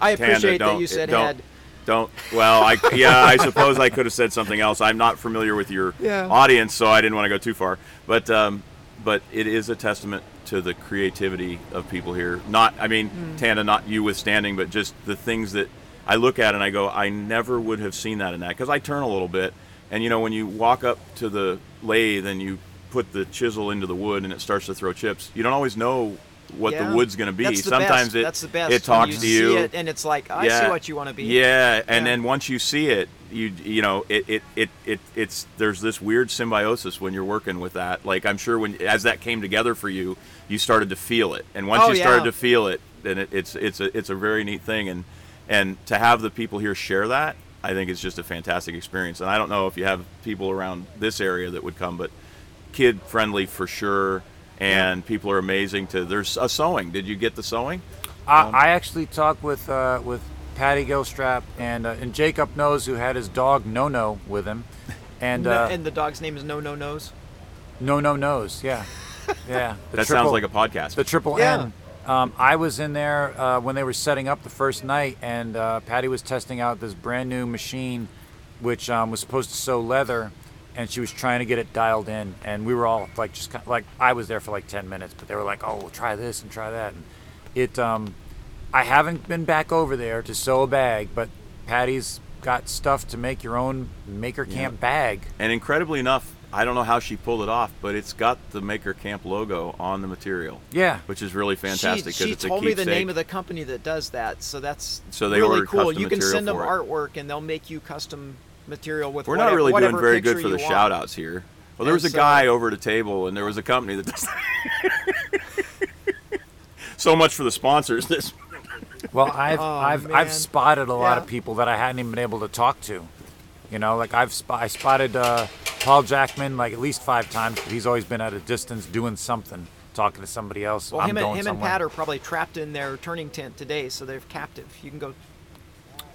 D: I
E: Tanda,
D: appreciate that
E: don't-
D: you said
E: don't,
D: had.
E: Don't. Well, I yeah, I suppose I could have said something else. I'm not familiar with your
D: Yeah.
E: audience, so I didn't want to go too far. But um, but it is a testament to the creativity of people here. Not, I mean,
D: Hmm.
E: Tanda, not you withstanding, but just the things that I look at and I go, I never would have seen that in that because I turn a little bit, and you know when you walk up to the lathe and you put the chisel into the wood and it starts to throw chips, you don't always know what
D: Yeah.
E: the wood's going to be.
D: That's the
E: Sometimes
D: best.
E: it
D: That's the best.
E: it
D: when
E: talks to you.
D: See it and it's like I see what you want to be.
E: Yeah, and
D: Yeah.
E: then once you see it, you you know it, it it it it's there's this weird symbiosis when you're working with that. Like I'm sure when as that came together for you, you started to feel it, and once
D: Oh,
E: you started
D: yeah.
E: to feel it, then it, it's it's a it's a very neat thing, and and to have the people here share that, I think it's just a fantastic experience. And I don't know if you have people around this area that would come, but kid friendly for sure. And people are amazing to. There's a sewing. Did you get the sewing?
B: I, I actually talked with uh, with Patty Gilstrap and uh, and Jacob knows who had his dog No No with him, and
D: No-
B: uh,
D: and the dog's name is No No Nose.
B: No No knows. Yeah, yeah. The triple-
E: That sounds like a podcast.
B: The triple
D: Yeah.
B: N. Um, I was in there uh, when they were setting up the first night, and uh, Patty was testing out this brand new machine, which um, was supposed to sew leather, and she was trying to get it dialed in. And we were all like, just kind of, like I was there for like ten minutes, but they were like, "Oh, we'll try this and try that." And it, um, I haven't been back over there to sew a bag, but Patty's got stuff to make your own maker camp bag.
E: And incredibly enough, I don't know how she pulled it off, but it's got the Maker Camp logo on the material.
B: Yeah.
E: Which is really fantastic
D: She,
E: because
D: she
E: it's
D: told
E: a
D: me
E: keepsake.
D: the name of the company that does that, so that's
E: So they
D: really
E: order
D: cool.
E: custom
D: You can send them
E: material
D: artwork, and they'll make you custom material with.
E: We're
D: whatever,
E: not really doing
D: whatever
E: very good
D: picture
E: for the
D: you
E: shout
D: want.
E: outs here. Well, there was a
D: It's, uh,
E: guy over at a table, and there was a company that does that. so much for the sponsors. This
B: Well, I've
D: Oh,
B: I've
D: man.
B: I've spotted a lot
D: Yeah.
B: of people that I hadn't even been able to talk to. You know, like I've sp- I spotted uh, Paul Jackman like at least five times, but he's always been at a distance doing something, talking to somebody else.
D: Well,
B: I'm
D: him,
B: going
D: and, him and
B: somewhere.
D: Pat are probably trapped in their turning tent today, so they're captive. You can go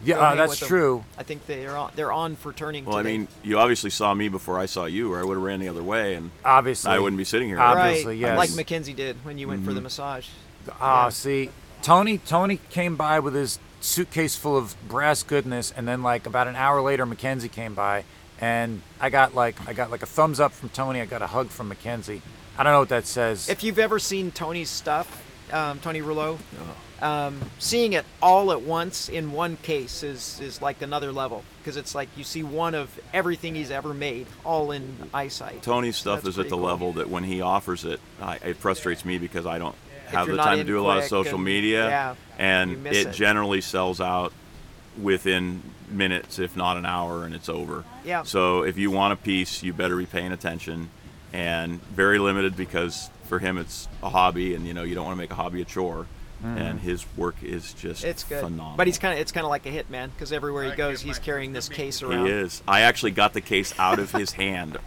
B: Yeah,
D: go
B: uh,
D: hang
B: that's
D: with 'em.
B: true.
D: I think they're on, they're on for turning.
E: Well, I
D: today.
E: mean, you obviously saw me before I saw you, or I would have ran the other way, and
B: Obviously,
E: I wouldn't be sitting here.
B: Obvi-
D: right?
B: obviously, yes. Mm-hmm.
D: Like Mackenzie did when you went for the massage.
B: Ah, see, Tony, Tony came by with his suitcase full of brass goodness, and then like about an hour later, Mackenzie came by, and I got like I got like a thumbs up from Tony. I got a hug from Mackenzie. I don't know what that says.
D: If you've ever seen Tony's stuff, um, Tony Rouleau,
B: Oh.
D: um, seeing it all at once in one case is is like another level because it's like you see one of everything he's ever made all in eyesight.
E: Tony's stuff
D: That's
E: is
D: pretty
E: at the
D: cool.
E: level that when he offers it, I, it frustrates me because I don't have
D: you're
E: the
D: not
E: time to
D: in
E: do a lot of
D: quick
E: social
D: and-
E: media,
D: yeah, you
E: and
D: miss
E: it,
D: it.
E: generally sells out within minutes, if not an hour, and it's over.
D: Yeah.
E: So if you want a piece, you better be paying attention, and very limited because for him it's a hobby, and you know you don't want to make a hobby a chore. And his work is just
D: It's good,
E: phenomenal.
D: but he's kind of it's kind of like a hitman because everywhere he goes, he's carrying this case around.
E: He is. I actually got the case out of his hand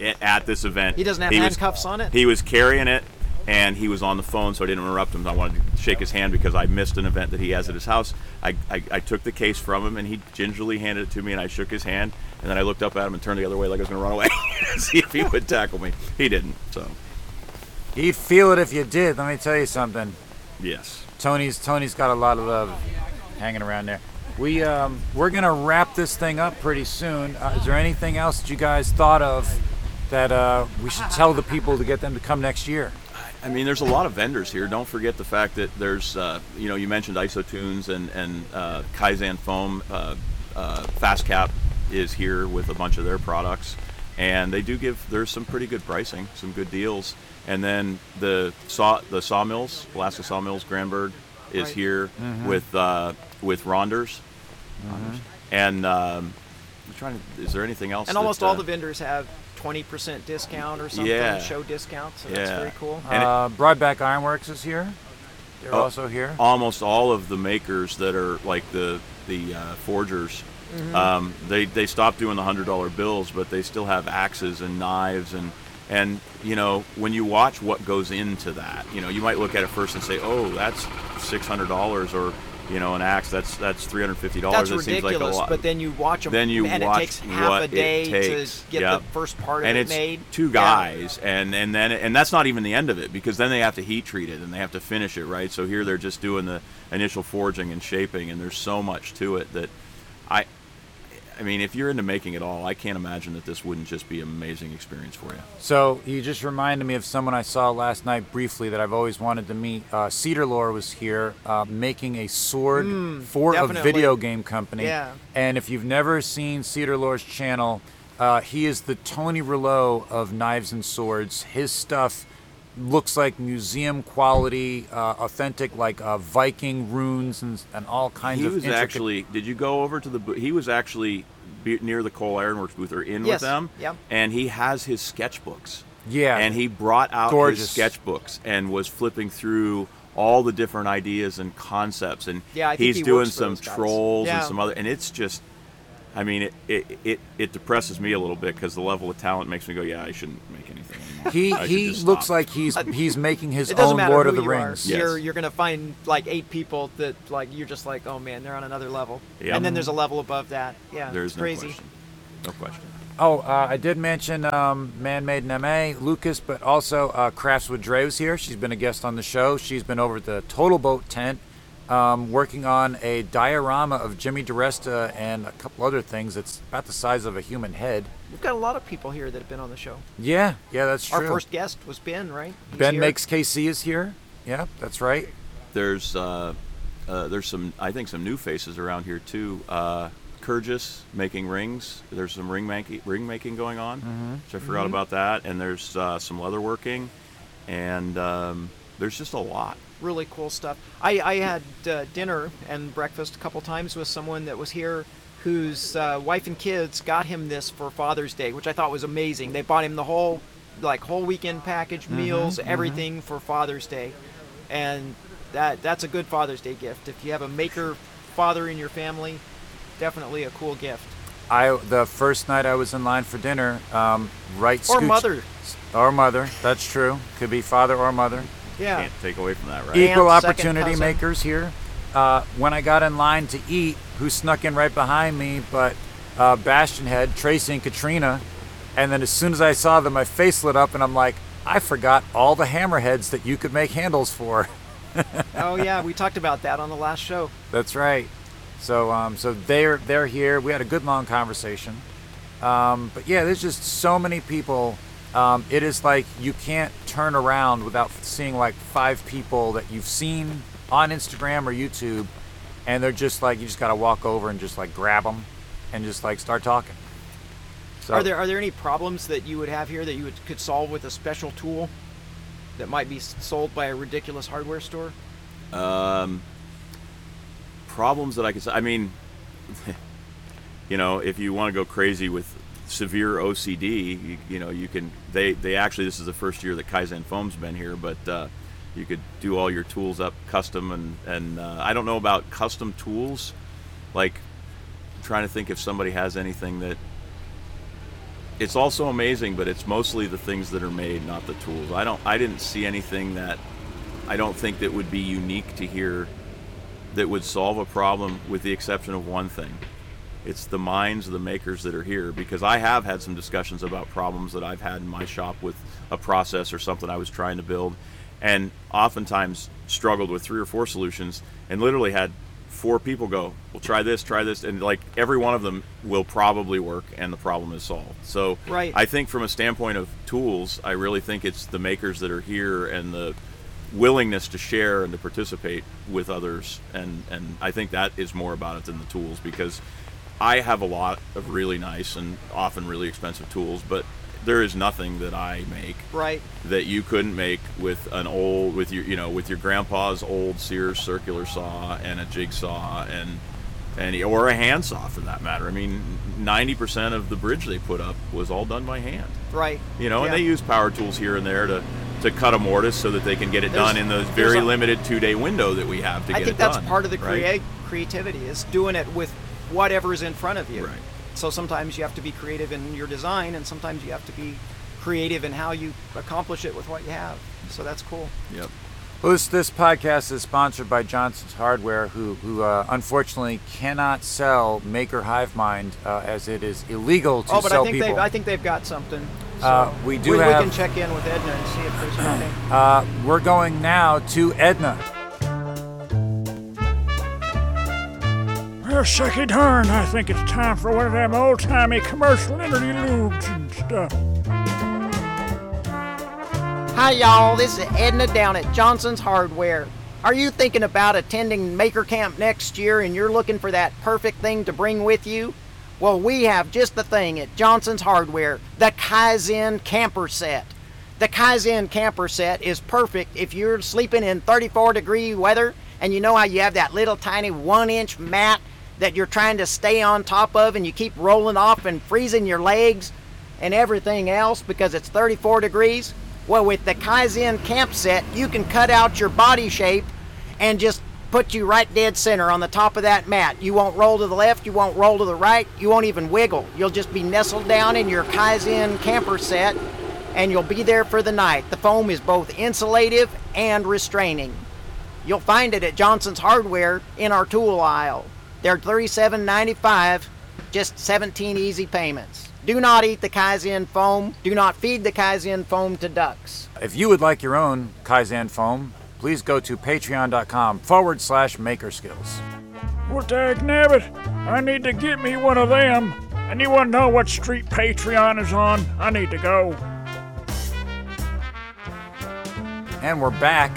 E: i- at this event.
D: He doesn't have
E: was-
D: handcuffs on it?
E: He was carrying it, and he was on the phone, so I didn't interrupt him. I wanted to shake his hand because I missed an event that he has at his house. I, I, I took the case from him, and he gingerly handed it to me, and I shook his hand, and then I looked up at him and turned the other way like I was going to run away to see if he would tackle me. He didn't, so
B: He'd feel it if you did. Let me tell you something.
E: yes.
B: Tony's Tony's got a lot of love hanging around there. We um, we're gonna wrap this thing up pretty soon. Uh, is there anything else that you guys thought of that uh, we should tell the people to get them to come next year?
E: I mean, there's a lot of vendors here. Don't forget the fact that there's, uh, you know, you mentioned Isotunes and and uh, Kaizen Foam. Uh, uh, Fast Cap is here with a bunch of their products, and they do give there's some pretty good pricing, some good deals. And then the saw the sawmills, Alaska Sawmills, Granberg is
D: Right.
E: here with uh, with Ronders, and um, I'm trying to. Is there anything else?
D: And
E: that,
D: almost all
E: uh,
D: the vendors have 20% discount or something,
E: Yeah.
D: show discounts, so that's
E: Yeah.
D: very cool.
E: And it-
B: uh, Broadback Ironworks is here. They're
E: Oh.
B: also here.
E: almost all of the makers that are like the the uh, forgers,
D: Mm-hmm.
E: um, they they stopped doing the hundred dollar bills, but they still have axes and knives and and you know when you watch what goes into that, you know you might look at it first and say, oh, that's six hundred dollars or you know an axe that's that's three hundred fifty dollars.
D: That's
E: That seems like a
D: ridiculous,
E: lot.
D: but then you watch them,
E: Then you
D: and
E: watch
D: it takes half
E: what
D: a
E: it
D: day
E: takes.
D: to get
E: Yeah.
D: the first part of
E: and
D: it
E: it's
D: made.
E: two
D: Yeah.
E: guys and and then and that's not even the end of it because then they have to heat treat it and they have to finish it right so here they're just doing the initial forging and shaping and there's so much to it that i i mean if you're into making it all i can't imagine that this wouldn't just be an amazing experience for you
B: So you just reminded me of someone I saw last night briefly that I've always wanted to meet. Uh, Cedar Lore was here uh, making a sword for a
D: Hmm, definitely.
B: video game company.
D: Yeah.
B: And if you've never seen Cedar Lore's channel, uh, he is the Tony Rouleau of knives and swords. His stuff looks like museum quality, uh, authentic, like uh, Viking runes and, and all kinds
E: he
B: of.
E: was
B: intricate-
E: actually did you go over to the booth he was actually be, near the coal ironworks booth or in
D: Yes,
E: with them
D: yep.
E: and he has his sketchbooks
B: Yeah.
E: and he brought out
B: Gorgeous.
E: his sketchbooks and was flipping through all the different ideas and concepts and
D: Yeah, I think
E: he's
D: he
E: doing
D: works for
E: some
D: those guys.
E: trolls
D: Yeah.
E: and some other and it's just i mean it it it, it depresses me a little bit because the level of talent makes me go yeah i shouldn't make anything anymore.
B: He,
E: I should
B: he
E: just
B: looks
E: stop."
B: like he's he's making his
D: It doesn't
B: own
D: matter
B: Lord
D: who
B: of the
D: you
B: Rings.
D: are.
E: Yes.
D: You're you're gonna find like eight people that like you're just like, oh man, they're on another level.
E: Yeah.
D: And then there's a level above that. Yeah,
E: there's
D: it's
E: no
D: crazy.
E: question no question
B: Oh, uh, I did mention um, Man Made in MA, Lucas, but also uh, Crafts with Dre was here. She's been a guest on the show. She's been over at the Total Boat tent um, working on a diorama of Jimmy Duresta and a couple other things that's about the size of a human head.
D: We've got a lot of people here that have been on the show.
B: Yeah, yeah, that's true.
D: Our first guest was Ben, right? He's
B: ben
D: here.
B: Makes KC is here. Yeah, that's right.
E: there's uh, uh, there's some I think some new faces around here too. Uh, Kurgis making rings. There's some ring making ring making going on, which I forgot about that. And there's uh, some leather working, and um, there's just a lot.
D: really cool stuff. I, I had uh, dinner and breakfast a couple times with someone that was here whose uh, wife and kids got him this for Father's Day, which I thought was amazing. They bought him the whole like whole weekend package, meals, everything for Father's Day. And that that's a good Father's Day gift. If you have a maker father in your family, definitely a cool gift.
B: I the first night I was in line for dinner, um, right
D: Or
B: scooch-
D: mother.
B: Or mother, that's true. Could be father or mother.
D: Yeah.
E: Can't take away from that, right?
D: Yeah.
B: equal
D: Aunt, second
B: opportunity
D: cousin.
B: makers here. Uh, when I got in line to eat, who snuck in right behind me, but uh, Bastion Head, Tracy, and Katrina. And then as soon as I saw them, my face lit up, and I'm like, I forgot all the hammerheads that you could make handles for.
D: Oh yeah, we talked about that on the last show.
B: That's right. So um, so they're they're here. We had a good long conversation. Um, but yeah, there's just so many people. Um, it is like you can't turn around without seeing like five people that you've seen on Instagram or YouTube, and they're just like you just gotta walk over and just like grab them, and just like start talking. So
D: Are there are there any problems that you would have here that you would, could solve with a special tool that might be s- sold by a ridiculous hardware store?
E: problems that I could. s- I mean, you know, if you want to go crazy with severe OCD, you, you know, you can. They they actually this is the first year that Kaizen Foam's been here, but uh, you could do all your tools up custom and and uh, I don't know about custom tools, like I'm trying to think if somebody has anything that. It's also amazing, but it's mostly the things that are made, not the tools. I don't. I didn't see anything that I don't think that would be unique to here that would solve a problem with the exception of one thing. It's the minds of the makers that are here because I have had some discussions about problems that I've had in my shop with a process or something I was trying to build and oftentimes struggled with three or four solutions and literally had four people go, "Well, try this, try this," and like every one of them will probably work and the problem is solved. So
D: Right.
E: I think from a standpoint of tools, I really think it's the makers that are here and the willingness to share and to participate with others and and I think that is more about it than the tools because I have a lot of really nice and often really expensive tools but there is nothing that I make
D: Right.
E: that you couldn't make with an old with your you know with your grandpa's old Sears circular saw and a jigsaw and and or a hand saw for that matter. I mean, 90% of the bridge they put up was all done by hand.
D: Right.
E: You know, and
D: Yeah.
E: they use power tools here and there to to cut a mortise so that they can get it
D: There's-
E: done in the
D: there's
E: very
D: a-
E: limited two-day window that we have to
D: I
E: get
D: think
E: it
D: that's
E: done,
D: part of the
E: right?
D: create creativity is doing it with whatever is in front of you.
E: Right.
D: So sometimes you have to be creative in your design, and sometimes you have to be creative in how you accomplish it with what you have. So that's cool.
E: Yep.
B: Well, this, this podcast is sponsored by Johnson's Hardware, who, who uh, unfortunately cannot sell Maker Hive Mind uh, as it is illegal to
D: oh, but
B: sell
D: I think
B: people.
D: they've I think they've got something. So
B: Uh, we do
D: we,
B: have-
D: can check in with Edna and see if there's anything.
B: uh, we're going now to Edna.
A: Well, sucky darn, I think it's time for one of them old timey commercial interludes and stuff.
D: Hi, y'all. This is Edna down at Johnson's Hardware. Are you thinking about attending Maker Camp next year and you're looking for that perfect thing to bring with you? Well, we have just the thing at Johnson's Hardware the Kaizen Camper Set. The Kaizen Camper Set is perfect if you're sleeping in 34 degree weather and you know how you have that little tiny one inch mat that you're trying to stay on top of and you keep rolling off and freezing your legs and everything else because it's 34 degrees? Well, with the Kaizen camp set, you can cut out your body shape and just put you right dead center on the top of that mat. You won't roll to the left, you won't roll to the right, you won't even wiggle. You'll just be nestled down in your Kaizen camper set and you'll be there for the night. The foam is both insulative and restraining. You'll find it at Johnson's Hardware in our tool aisle. They're $37.95, just 17 easy payments. Do not eat the Kaizen foam. Do not feed the Kaizen foam to ducks.
B: If you would like your own Kaizen foam, please go to patreon.com forward slash maker skills.
A: Well, dag nabbit, I need to get me one of them. Anyone know what street Patreon is on? I need to go.
B: And we're back.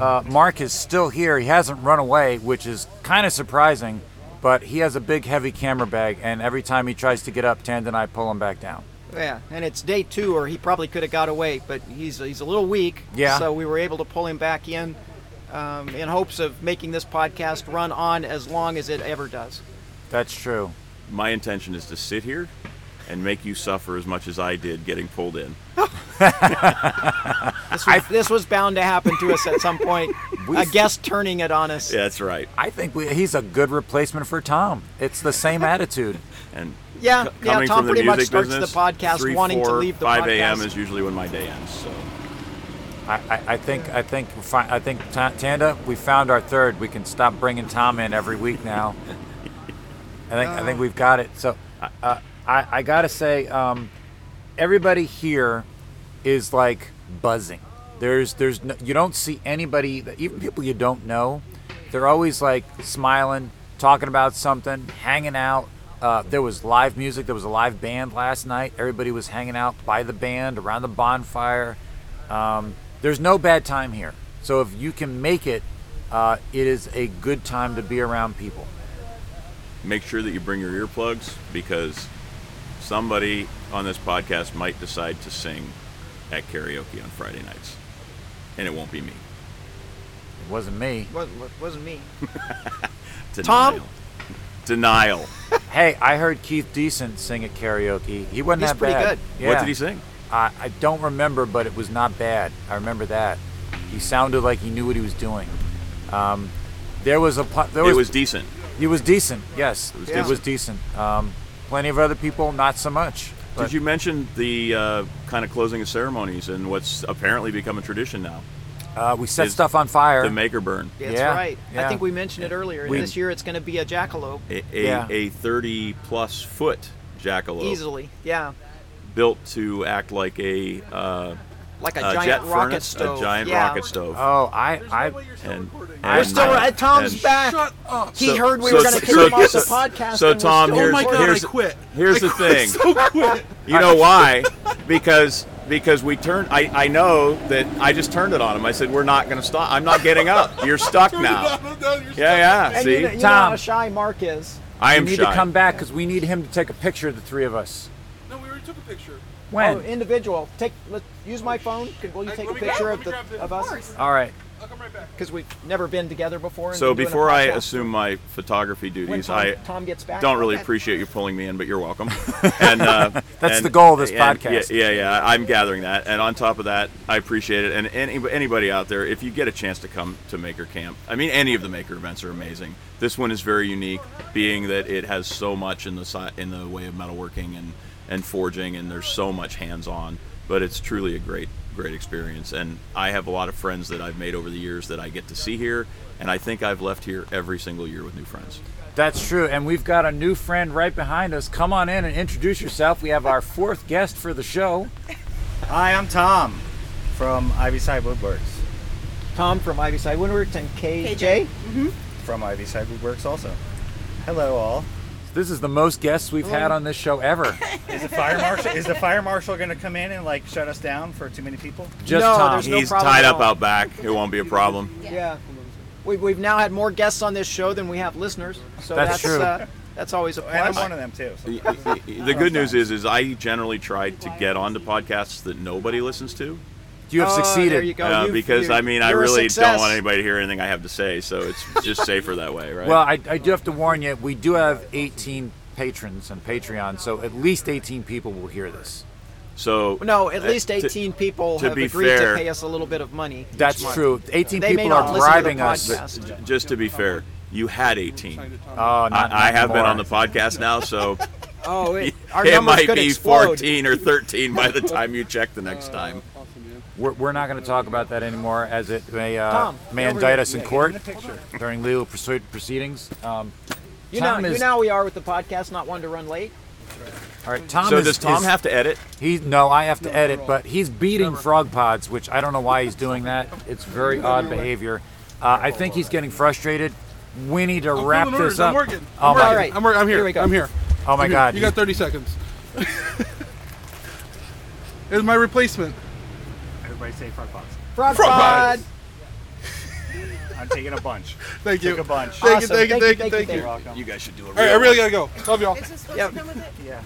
B: Uh, Mark is still here. He hasn't run away, which is kind of surprising, but he has a big, heavy camera bag, and every time he tries to get up, Tand and I pull him back down.
D: Yeah, and it's day two, or he probably could have got away, but he's he's a little weak.
B: Yeah.
D: So we were able to pull him back in, um, in hopes of making this podcast run on as long as it ever does.
B: That's true.
E: My intention is to sit here and make you suffer as much as I did getting pulled in.
D: This was, this was bound to happen to us at some point. a guest turning it on us.
E: Yeah, that's right.
B: I think we, he's a good replacement for Tom. It's the same attitude.
E: And
D: Yeah,
E: co-
D: yeah,
E: coming
D: Tom
E: from the
D: pretty much
E: music
D: starts the
E: business,
D: podcast
E: 3,
D: wanting to
E: 4,
D: leave the
E: 5 a.m.
D: podcast.
E: is usually when my day ends. So
B: I, I, I think I think we're fi- I think Ta- Tanda, we found our third. We can stop bringing Tom in every week now. I think I think we've got it. So, uh, I I gotta say, um, everybody here is like buzzing. There's there's no, you don't see anybody that even people you don't know. They're always like smiling, talking about something, hanging out. Uh, there was live music. There was a live band last night. Everybody was hanging out by the band around the bonfire. Um, there's no bad time here. So if you can make it, uh, it is a good time to be around people.
E: Make sure that you bring your earplugs because somebody on this podcast might decide to sing at karaoke on Friday nights, and it won't be me.
B: It wasn't me.
D: Wasn't, wasn't me.
E: Denial. Denial.
B: Hey, I heard Keith Decent sing at karaoke. He wasn't
D: He's
B: that
D: pretty
B: bad.
D: good.
B: Yeah.
E: What did he sing?
B: I, I don't remember, but it was not bad. I remember that. He sounded like he knew what he was doing. Um, there was a pu- there
E: It
B: was,
E: was decent.
B: he was decent. Yes, it was,
E: was Yeah.
B: decent. Um, plenty of other people, not so much. But
E: Did you mention the uh, kind of closing of ceremonies and what's apparently become a tradition now?
B: uh, we set
E: is
B: stuff on fire.
E: The make or burn.
D: That's
B: Yeah,
D: right.
B: yeah.
D: I think we mentioned it earlier.
B: We-
D: this year it's going to be a jackalope
E: A, a,
B: Yeah.
E: a 30 plus foot jackalope
D: easily. Yeah.
E: built to act like a, uh,
D: Like a,
E: a
D: giant
E: jet
D: rocket
E: furnace,
D: stove.
E: a giant
D: yeah.
E: rocket stove.
B: oh, I I
E: and,
B: We're
D: still-
E: uh,
D: Tom's back.
C: Shut up.
D: He
E: So-
D: heard we
E: so-
D: were going to
E: so-
D: kick him off the
E: so-
D: podcast.
E: so
D: and we're
E: Tom,
D: still
C: Oh my
E: Here's-
C: god,
E: here's-
C: I quit.
E: Here's the thing.
C: So quit.
E: You know why? Because because we turned. I, I know that I just turned it on him. I said we're not going to stop. I'm not getting up. You're stuck
C: Turn it
E: now.
C: down, down, you're stuck.
E: Yeah, yeah.
D: And
E: See,
D: you, know, you know
B: Tom.
D: how shy Mark is.
E: I
B: you
E: am
B: need
E: shy.
B: to come back because we need him to take a picture of the three of us.
C: No, we already took a picture.
B: When?
D: Oh, individual. Take. Let, use my phone. Can, will you
C: Hey,
D: take a
C: let me grab-
D: picture
C: let
D: of
C: me
D: the
C: grab this.
D: of
C: Of
D: us?
B: All right.
C: I'll come right back.
D: Because we've never been together before. and
E: So
D: been doing a
E: before I
D: podcast.
E: assume my photography
D: when
E: duties,
D: Tom,
E: I
D: Tom gets back,
E: don't really
D: okay.
E: appreciate you pulling me in, but you're welcome. And uh,
B: That's
E: and-
B: the goal of this
E: and-
B: podcast.
E: Yeah, yeah, yeah, I'm gathering that, and on top of that, I appreciate it. And any, anybody out there, if you get a chance to come to Maker Camp, I mean, any of the Maker events are amazing. This one is very unique, being that it has so much in the si- in the way of metalworking and and forging, and there's so much hands-on. But it's truly a great great experience, and I have a lot of friends that I've made over the years that I get to see here, and I think I've left here every single year with new friends.
B: That's true. And we've got a new friend right behind us. Come on in and introduce yourself. We have our fourth guest for the show.
G: Hi, I'm Tom from Ivyside Woodworks.
D: Tom from Ivy Side Woodworks and KJ.
H: KJ.
G: From Ivyside Woodworks, also. Hello, all.
B: This is the most guests we've had on this show ever.
G: Is the fire marshal? is the fire marshal going to come in and like shut us down for too many people?
B: Just
D: No,
B: Tom.
D: there's no
E: He's
D: problem
E: tied
D: at
E: up
D: all.
E: out back. It won't be a problem.
D: Yeah. We, we've now had more guests on this show than we have listeners. So
B: That's
D: that's,
B: true.
D: Uh, that's always a
G: And I'm
D: plus.
G: one of them too. so-
E: the good news is, is I generally try to get onto podcasts that nobody listens to,
B: you have
D: Oh,
B: succeeded.
D: there you go.
E: uh,
D: You've-
E: because
D: you're-
E: I mean, I
D: you're a
E: really don't
D: success.
E: want anybody to hear anything I have to say. So it's just safer that way, right?
B: Well, I, I do have to warn you, we do have 18 patrons on Patreon, so at least 18 people will hear this.
E: so
D: No, at
E: uh,
D: least
E: to-
D: 18 people
E: to
D: have
E: be
D: agreed
E: fair-
D: to pay us a little bit of money. each
B: That's
D: month.
B: true. 18
D: They may
B: people
D: not
B: are
D: listen to the
B: bribing us.
D: podcast.
E: j- just to be fair, you had 18.
B: Oh,
C: Uh,
B: not,
E: I,
B: not
E: I have been
B: more.
E: on the podcast now, so
D: Oh, it, our
E: it
D: numbers
E: might
D: could
E: be
D: explode.
E: 14 or 13 by the time you check the next time.
B: We're, we're not going to talk about that anymore, as it may uh,
D: Tom,
B: may
D: over
B: indict
D: here.
B: us in court during legal pursuit proceedings. Um,
D: You know,
B: Tom
D: you
B: is-
D: know how we are with the podcast, not one to run late.
B: all right, Tom.
E: So
B: is,
E: does Tom
B: is-
E: have to edit?
B: He no, I have to edit, but he's beating frog pods, which I don't know why he's doing that. It's very odd behavior. Uh, I think he's getting frustrated. We need to
C: I'm
B: wrap
C: filling orders.
B: this up.
C: I'm working.
B: Oh
C: I'm
B: my!
C: working.
D: All right.
C: I'm, wor- I'm here.
D: Here we go.
C: I'm here.
B: Oh my
C: I'm here.
B: God!
C: You got 30 seconds. There's my replacement.
G: Everybody say frog box.
D: Frog Pod!
G: I'm taking a bunch.
C: Thank you.
G: Took a bunch.
C: Thank you,
D: Awesome.
C: thank you, thank you, thank
G: You're
C: you.
G: welcome.
E: guys should do a real
C: All right, I really gotta go. Love y'all.
H: Is this supposed
D: Yep.
H: to come with it?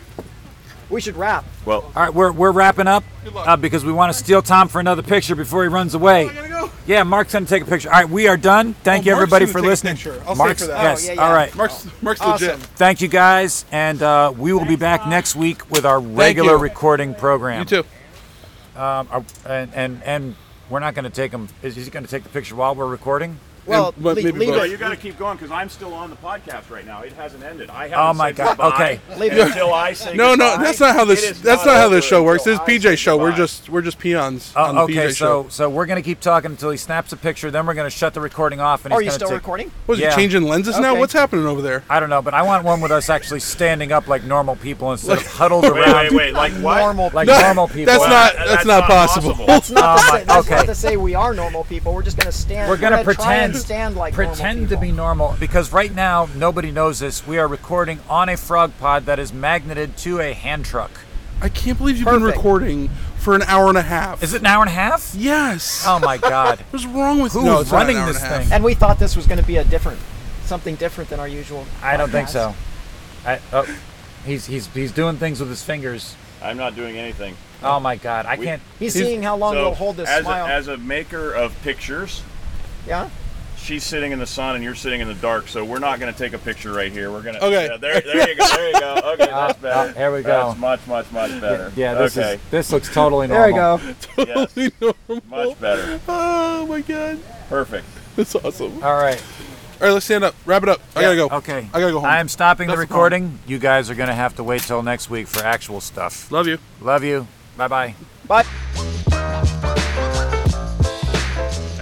D: We should wrap.
E: Well,
B: All right, we're we're wrapping up
C: Good luck.
B: uh, because we want to steal Tom for another picture before he runs away.
C: I gotta go.
B: Yeah, Mark's gonna take a picture. All right, we are done. Thank
C: Oh,
B: you
C: Mark's
B: everybody
C: gonna
B: for
C: take a
B: listening.
C: picture. I'll stay
B: Mark's
C: for that.
B: yes.
D: Oh, yeah,
B: All
D: yeah.
B: right.
C: Mark's, Mark's legit.
B: Thank you guys, and uh, we will be back next week with our regular
C: you.
B: recording program. uh,
C: You too.
B: Um, are- and, and and we're not going to take him. Is, is he going to take the picture while we're recording?
D: Well,
C: but
D: le-
C: maybe
D: leave
C: both.
E: No,
D: it.
E: you got to keep going because I'm still on the podcast right now. It hasn't ended. I haven't
B: Oh my
E: said
B: God.
E: goodbye,
B: Okay.
D: Leave
E: and
D: it.
E: Until I say
C: No, no,
E: goodbye,
C: that's not how
E: it
C: this.
E: is
C: That's not how
E: over
C: this show works. This
E: until
C: is
E: I say
C: PJ show. We're
E: goodbye.
C: just we're just peons on the
B: Oh,
C: PJ
B: okay,
C: show.
B: so so we're gonna keep talking until he snaps a picture. Then we're gonna shut the recording off. And
D: Are
B: he's
D: you
B: gonna
D: still
B: take-
D: recording?
C: What is
B: yeah.
C: it changing lenses now?
D: Okay.
C: What's happening over there?
B: I don't know, but I want one with us actually standing up like normal people instead of huddled
E: Wait,
B: around
E: wait, wait. Like what?
D: Normal.
B: like
C: No,
B: normal people.
C: That's
E: Well,
C: not.
E: that-
C: That's, not, possible.
D: That's not,
B: Oh
D: to
B: my-
D: say, that's not
B: okay.
D: to say we are normal people. We're just going to stand.
B: We're gonna
D: try and
B: pretend-
D: stand like normal
B: pretend to
D: people.
B: be normal because right now nobody knows this. We are recording on a frog pod that is magneted to a hand truck.
C: I can't believe you've been
D: Perfect.
C: recording for an hour and a half.
B: Is it an hour and a half?
C: Yes.
B: Oh my god.
C: What's wrong with
B: Who's
C: no, it's not
B: running
C: an hour
B: this
C: and a half.
B: thing?
D: And we thought this was going to be a different, something different than our usual.
B: I don't think
D: podcast.
B: so. I, oh, he's he's he's doing things with his fingers.
E: I'm not doing anything.
B: Oh my god, I
E: We-
B: can't.
D: He's, seeing how long
E: so,
D: we'll hold this
E: as
D: smile.
E: A, as a maker of pictures,
D: yeah.
E: she's sitting in the sun and you're sitting in the dark, so we're not going to take a picture right here. We're going to.
C: Okay.
E: Yeah, there, there you go. There you go. Okay, that's better.
B: there Ah, we go.
E: That's much, much, much better.
B: Yeah, this
E: okay.
B: is this looks totally normal.
D: There we go.
E: Yes. Much better.
C: Oh my god,
E: Perfect.
C: that's awesome. All
B: All right.
C: right, let's stand up. Wrap it up. I gotta go.
B: Okay.
C: Oh, I gotta go home.
B: I am stopping the
C: That's the
B: recording. You guys are going to have to wait till next week for actual stuff.
C: Love you.
B: Love you. Bye bye.
D: But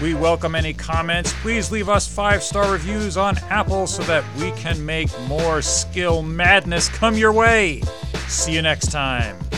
A: We welcome any comments. Please leave us five star reviews on Apple so that we can make more skill madness come your way. See you next time.